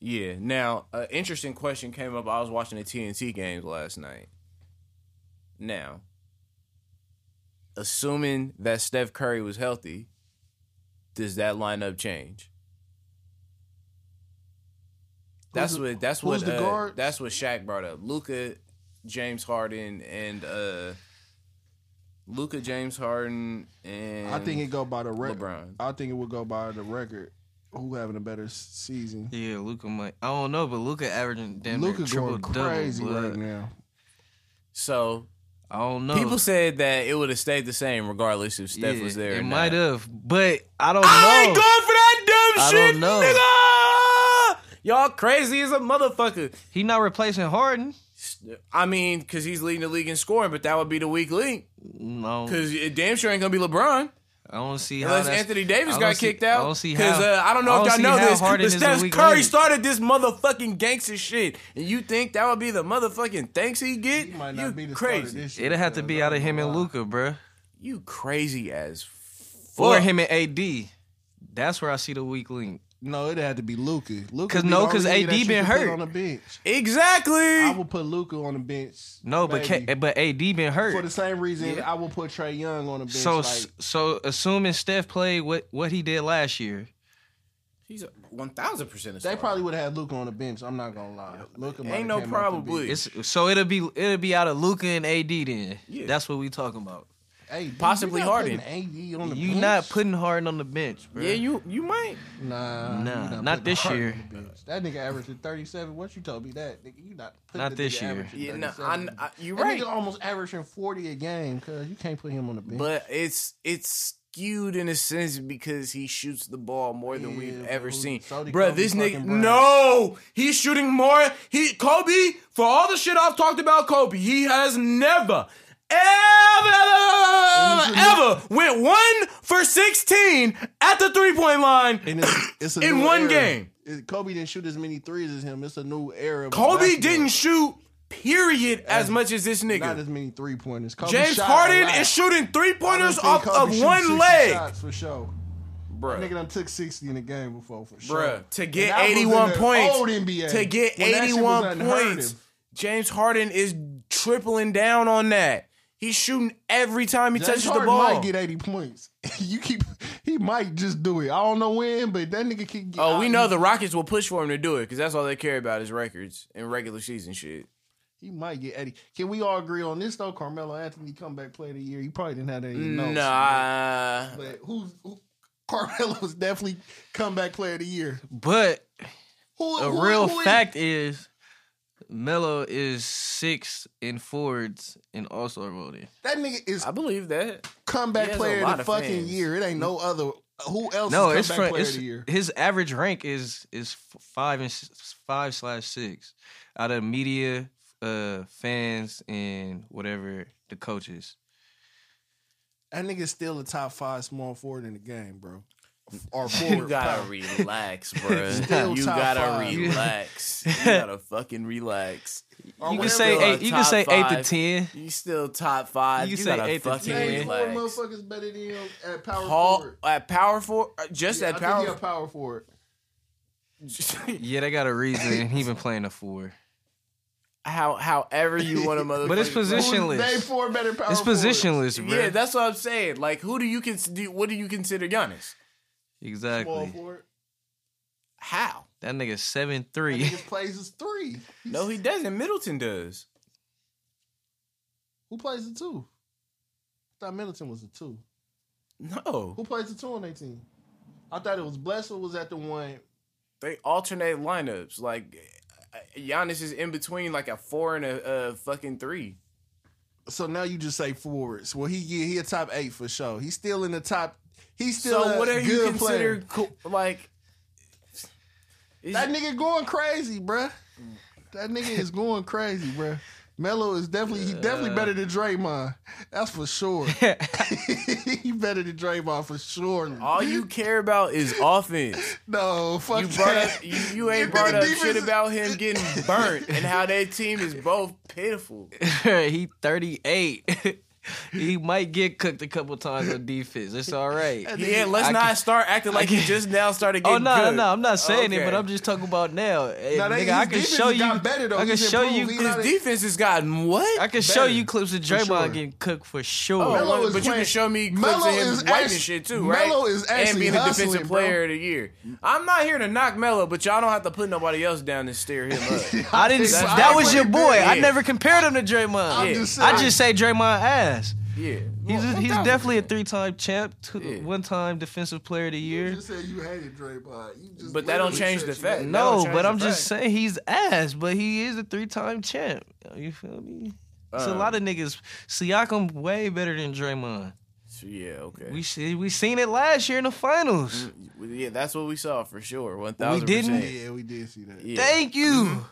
Yeah. Now, an interesting question came up. I was watching the TNT games last night. Now, assuming that Steph Curry was healthy, does that lineup change? That's
Who's the-
what that's
who's
what
the
uh,
guards?
that's what Shaq brought up. Luca, James Harden, and uh Luca, James Harden, and
I think it go by the record.
LeBron.
I think it would go by the record. Who having a better s- season?
Yeah, Luca might. I don't know, but Luca averaging damn near
Luca
triple
going crazy
double.
right now.
So
I don't know.
People said that it would have stayed the same regardless if Steph
Yeah,
was there. or
It
not.
might have, but I don't
I
know.
ain't going for that dumb
I
shit,
don't know.
nigga. Y'all crazy as a motherfucker.
He not replacing Harden.
I mean, because he's leading the league in scoring, but that would be the weak link.
No,
Because it damn sure ain't gonna be LeBron
I don't see how
unless
Mm. that's-
Anthony
I
Davis
don't
got
see-
kicked out.
I don't see how.
Because uh, I don't know
I
if
see
y'all
how
know this,
Harden
but
is a
Steph
weak
Curry
link.
started this motherfucking gangster shit, and you think that would be the motherfucking thanks he get?
He might
you
not be the starter
crazy.
this year,
It'd have to
cuz
be
I
out of
ain't
him
gonna
and
lie.
Luca, bruh.
You crazy as fuck.
Or him and AD. That's where I see the weak link.
No, it'd have to be Luca. Luca
'Cause no, 'cause AD been hurt.
on the bench.
Exactly.
I would put Luca on the bench.
No, but K,
maybe.
but AD been
for the
hurt.
same reason
Yeah.
I will put Trey Young on the bench.
So
like,
s so assuming Steph played what what he did last year,
He's a one thousand percent.
they probably would have had Luca on the bench. I'm not gonna lie. Luca might have
no
came off the
probably.
bench.
it's so it'll be it'll be out of Luca and AD then.
Yeah.
That's what we talking about.
Hey, dude,
possibly
you not
Harden.
putting AD on the
You
bench?
not putting Harden on the bench, bro.
Yeah, you you might.
Nah, you
Nah,
not,
not
putting
this
Harden
year.
on the bench. That nigga averaged 37. What you told me that nigga? You not putting
Not
the
this
nigga
year.
averaging
Yeah, no,
37
I,
on the
I,
bench.
you're
That
right.
nigga almost averaging 40 a game. Cause you can't put him on the bench.
But it's it's skewed in a sense because he shoots the ball more than
Yeah,
we've
but
ever
who-
seen.
so did
Bruh,
Kobe
this nigga
fucking Bryant.
No! He's shooting more. He Kobe, for all the shit I've talked about Kobe, he has never ever ever went one for sixteen at the three point line.
And it's, it's a
In
new
one
era.
game.
It- Kobe didn't shoot as many threes as him. It's a new era. of
Kobe
basketball.
didn't shoot period, as much as this
Not
nigga.
as many three pointers.
James Harden is shooting three pointers off of one leg,
Shots for sure. Nigga
bruh.
done took sixty in the game before for sure.
Bruh, to
And
get
that was in
81
the
points,
old NBA,
to get
when that shit was
81
unheard
points,
of.
James Harden is tripling down on that. He's shooting every time he
James
touches the
Harden
ball.
might get eighty points. you keep he might just do it. I don't know when, but that nigga can. Get,
Oh, we
I-
know the Rockets will push for him to do it because that's all they care about is records and regular season shit.
He might get eighty. Can we all agree on this though? Carmelo Anthony comeback player of the year. He probably didn't have that. in your notes.
Nah,
but who's who, Carmelo's definitely comeback player of the year.
But
Who,
the
who-
real
who is-
fact is, Melo is sixth in forwards in All Star voting.
that nigga is
I believe that. He
comeback
has a
player
lot
of the
of
fucking
fans.
year. It ain't no other. Who
Mm-hmm.
else?
No,
is
it's
comeback
from
player
it's,
of the year.
his average rank is is f- five and s- five slash six out of media, uh, fans, and whatever the coaches.
That nigga's still a top five small forward in the game, bro. Or forward.
You gotta
power.
relax, bro.
Still
you
top
gotta
five.
relax. You gotta fucking relax.
Or
You can
whatever
say
the-
eight. You can
top
say eight to
five.
ten.
You still top five.
You
You,
can say
gotta
eight to
fucking
ten.
Name four
relax.
motherfuckers better than him at power
Paul
forward.
at power four, just
Yeah,
at
I think he
power.
a power forward.
Yeah, they got a reason. and He been playing a four.
how however you want to motherfucker.
But it's
Who's-
positionless.
Name four better power
It's
forwards.
positionless, bro.
Yeah, that's what I'm saying. Like, who do you consider? What do you consider Giannis?
Small
exactly.
forward.
How?
That nigga seven
That
three.
nigga plays as three.
No, he doesn't. Middleton does.
Who plays the two? I thought Middleton was the two.
No,
Who plays the two on their team? I thought it was Blessed was at the one.
they alternate lineups. Like, uh, Giannis is in between like a four and a, a fucking three.
So now you just say forwards. Well, he yeah, he a top eight for sure. He's still in the top. He's still
So
a
what are
good
you
player.
consider co- like? Is-
That nigga going crazy, bruh. That nigga is going crazy, bruh. Melo is definitely he definitely better than Draymond. That's for sure. he better than Draymond for sure.
all you care about is offense.
No, fuck
You brought
that.
up you, you ain't
Even
brought
the
up
defense-
shit about him getting burnt and how their team is both pitiful.
he thirty eight. he might get cooked a couple times on defense. It's all right.
Yeah, let's
I
not
can-
start acting like he
can-
just now started
Oh
getting
no, no,
good.
no! I'm not saying it, but
Okay.
I'm just talking about now. Hey,
Now, they-
nigga, I can
his defense
show you.
got better, though.
I can
He's
show
improved.
you.
He's not
His defense has gotten what?
I can show
better,
you clips of
for
Draymond
sure. Oh,
getting cooked for sure.
Melo
Well,
is
but you
playing-
can show me clips
Melo
of him
is
wiping
actu-
shit too, right?
Melo is
and
actually
being
hustling,
the defensive
bro.
player of the year. I'm not here to knock Melo, but y'all don't have to put nobody else down and steer him up.
I didn't.
That's
that
what
was
he
your
did,
boy. I
yeah.
never compared him to Draymond.
Yeah.
just
I
saying.
just say Draymond ass.
yeah,
He's
Well,
he's
1000%.
definitely a three time champ, two,
Yeah.
one time defensive player of the
You
year.
just said you hated Draymond. You just
But that don't
literally
change
said
the
you
fact.
hated-
That'll
No,
change
but
the
I'm just
fact.
saying he's ass, but he is a three time champ. You feel me? It's a
Um,
Uh.
lot of niggas. Siakam way better than Draymond.
Yeah, okay.
We see, we seen it last year in the finals.
yeah, that's what we saw for sure. One thousand.
didn't.
Yeah, we did see that.
Thank you.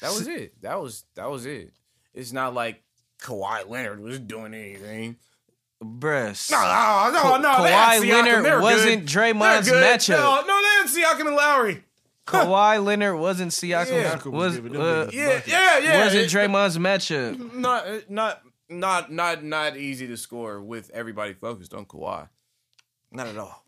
That was it. That was that was it. It's not like Kawhi Leonard was doing anything.
Mm-hmm. Bruh.
No, no, no, no. they had
Kawhi
Siakam.
Leonard
They were
wasn't
good. They were
Draymond's
good.
matchup.
No, no, they had Siakam and Lowry.
Kawhi Leonard wasn't
Yeah.
Siakam.
Siakam was
Was,
giving them
uh,
niggas-
Yeah, yeah, yeah.
wasn't
It-
Draymond's matchup.
not not not not not easy to score with everybody focused on Kawhi. Not at all.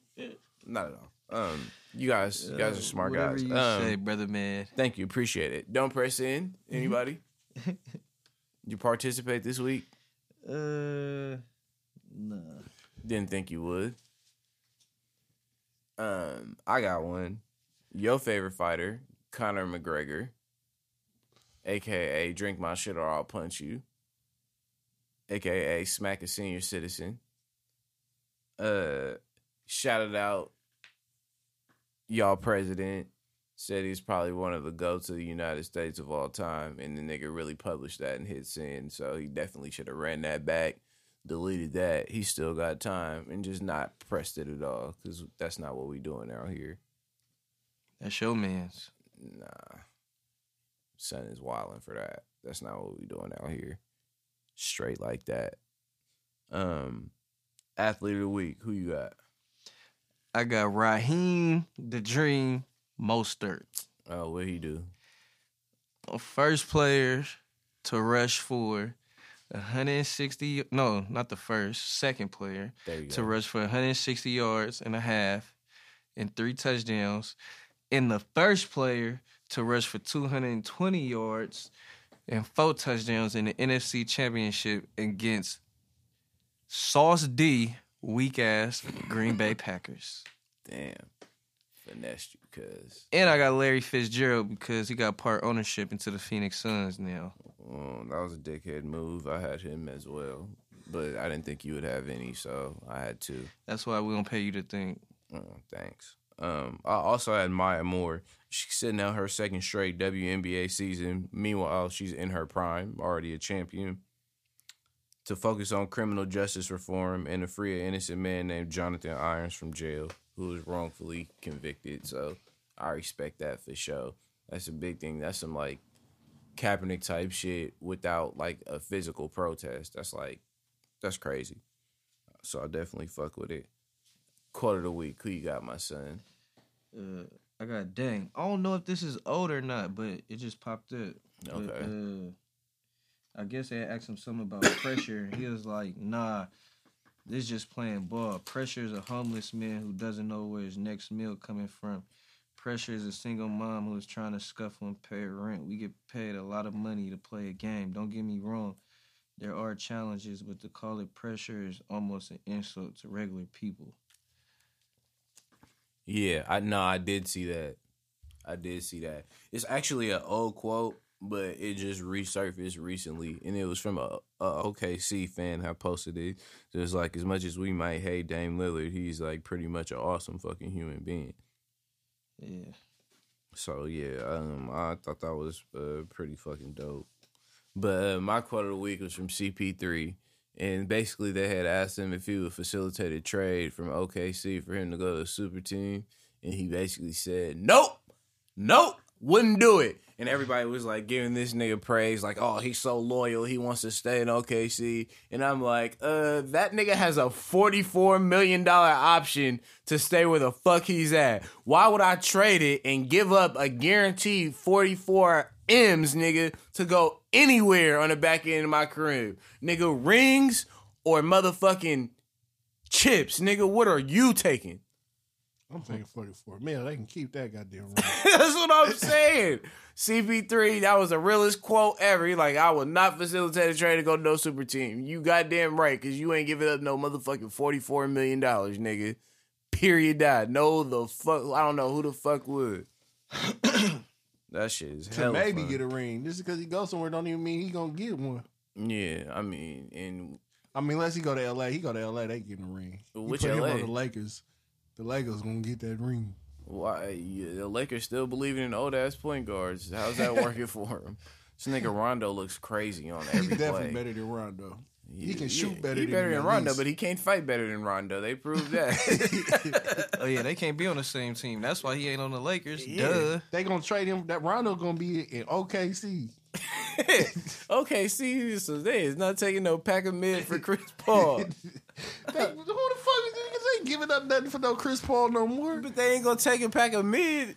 Not at all. Um, you guys, you guys are smart
Whatever
guys.
you
Um,
say, brother man.
Thank you, appreciate it. Don't press in anybody. you participate this week?
Uh, nah.
Didn't think you would. Um, I got one. Your favorite fighter, Conor McGregor, aka drink my shit or I'll punch you, aka smack a senior citizen. Uh, shouted out y'all president. Said he's probably one of the goats of the United States of all time, and the nigga really published that in his sin, so he definitely should have ran that back deleted that, he still got time and just not pressed it at all because that's not what we doing out here.
That's your man's.
Nah, son is wilding for that. That's not what we doing out here. Straight like that. Um, athlete of the week, who you got?
I got Raheem, the Dream, Mostert.
Oh, what he do?
First players to rush for 160. No, not the first, second player
There you go.
to rush for 160 yards and a half and three touchdowns, and the first player to rush for 220 yards and four touchdowns in the NFC Championship against Sauce D weak ass Green Bay Packers.
Damn. Finessed you, cuz.
And I got Larry Fitzgerald because he got part ownership into the Phoenix Suns now.
Um, that was a dickhead move. I had him as well. But I didn't think you would have any, so I had two.
That's why we don't pay you to think.
Oh, thanks. Um, I also had Maya Moore. She's sitting out her second straight WNBA season. Meanwhile, she's in her prime, already a champion. To focus on criminal justice reform and to free an innocent man named Jonathan Irons from jail, who was wrongfully convicted. So I respect that for sure. That's a big thing. That's some like Kaepernick type shit without like a physical protest. That's like that's crazy. So I definitely fuck with it quote of the week. Who you got, my son?
Uh, I got dang. I don't know if this is old or not, but it just popped up. But,
Okay.
uh, I guess they asked him something about pressure. and He was like, nah, this just playing ball. Pressure is a homeless man who doesn't know where his next meal coming from. Pressure is a single mom who is trying to scuffle and pay rent. We get paid a lot of money to play a game. Don't get me wrong. There are challenges, but to call it pressure is almost an insult to regular people.
Yeah, I no, I did see that. I did see that. It's actually an old quote, but it just resurfaced recently, and it was from a, a OKC fan who posted it. Just like as much as we might hate Dame Lillard, he's like pretty much an awesome fucking human being.
Yeah.
So yeah, um, I thought that was uh, pretty fucking dope. But uh, my quote of the week was from CP3, and basically they had asked him if he would facilitate a trade from OKC for him to go to a super team, and he basically said, "Nope, nope, wouldn't do it." And everybody was like giving this nigga praise, like, "Oh, he's so loyal. He wants to stay in OKC." And I'm like, "Uh, that nigga has a 44 million dollar option to stay where the fuck he's at. Why would I trade it and give up a guaranteed 44 M's, nigga, to go anywhere on the back end of my career, nigga? Rings or motherfucking chips, nigga? What are you taking?"
I'm thinking 44. Man, they can keep that goddamn ring.
That's what I'm saying. CP3, that was the realest quote ever. He like, I will not facilitate a trade to go to no super team. You goddamn right, because you ain't giving up no motherfucking $44 million, nigga. Period. Dot. No, the fuck. I don't know who the fuck would. that shit is
to
hell.
maybe
fun.
get a ring. Just because he goes somewhere don't even mean he gonna get one.
Yeah, I mean, and
I mean, unless he go to LA, he go to LA, they getting a ring. You
Which
put him
LA?
on the Lakers. The Lakers gonna get that ring.
why yeah, the Lakers still believing in old ass point guards? How's that working for him? This nigga Rondo looks crazy on every
He's
play.
definitely better than Rondo. He can shoot better
He
than
better
him
than
at
Rondo,
least.
but he can't fight better than Rondo. They proved that.
Oh yeah, they can't be on the same team. That's why he ain't on the Lakers.
Yeah.
Duh.
They gonna trade him. That Rondo gonna be in OKC.
okay, see, so they is not taking no pack of mid for Chris Paul,
They- who the fuck is this? They ain't giving up nothing for no Chris Paul no more.
but they ain't gonna take a pack of mid.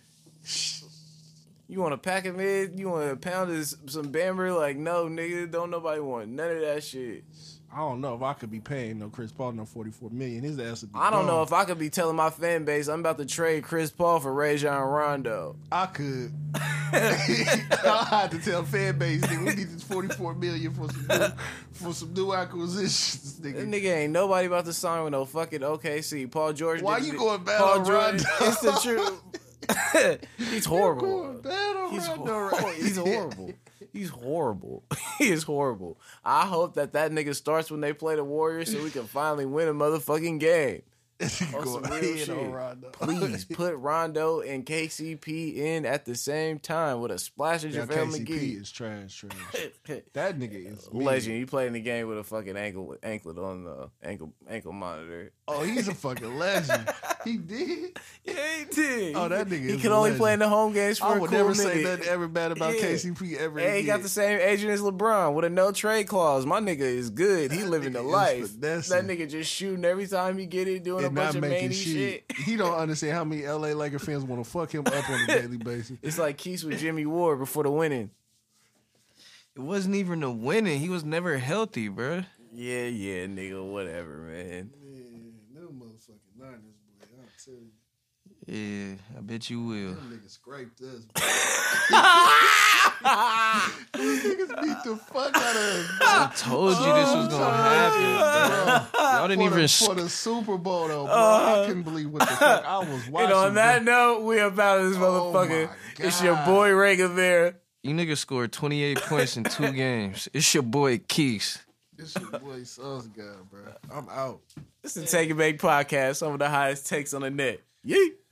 You want a pack of mid? You want a pound of s- some Bamber? Like no, nigga, don't nobody want none of that shit.
I don't know if I could be paying no Chris Paul no forty four million. His ass would be.
I don't know
gone.
if I could be telling my fan base I'm about to trade Chris Paul for Rajon Rondo.
I could. I had to tell fan base that we need this forty four million for some new, for some new acquisitions,
This
nigga.
nigga ain't nobody about to sign with no fucking OKC. Paul George.
Why
did-
you going bad on Rondo?
It's the truth. He's horrible.
Battle
He's,
Rondo
hor-
right
he's
there.
horrible. He's horrible. He is horrible. I hope that that nigga starts when they play the Warriors so we can finally win a motherfucking game.
You
On some
going
real
ahead
shit.
on Rondo.
Please put Rondo and KCP in at the same time with a splash of
That
JaVale
KCP
McGee.
is trash, trash. That nigga is mean.
Legend, he played in the game with a fucking ankle anklet on the ankle ankle monitor.
Oh, he's a fucking legend. He did.
Yeah, he did.
Oh, that nigga
He
is
could
a
only
legend.
play in the home games for
I
a
would
cool
never say
minute.
nothing ever bad about
Yeah.
KCP ever
Hey, he
again.
got the same agent as LeBron with a no trade clause. My nigga is good. He living the
nigga is
life. That
finessing.
nigga just shooting every time he get it, doing a
and
bunch
not
of
making
manny
shit.
shit.
He don't understand how many LA Laker fans want to fuck him up on a daily basis.
It's like Keith with Jimmy Ward before the winning.
It wasn't even a winning. He was never healthy, bro.
Yeah, yeah, nigga, whatever, man.
Man, them motherfucking Niners, boy. I'm telling you.
Yeah, I bet you will.
Them niggas scraped us, boy. These niggas beat the fuck out of us,
I told you this was gonna happen,
bro.
bro. Y'all didn't
for,
even.
the,
s-
for the Super Bowl though, bro. I couldn't believe what the fuck I was watching.
Uh, And on that note, we about this
Oh
motherfucker.
my
it's your
God.
boy Ray Guevara.
You niggas scored 28 points in two games. It's your boy Keeks.
bro. This your boy Sus God, bro. I'm out.
It's the Take and Make podcast, some of the highest takes on the net. Yeet.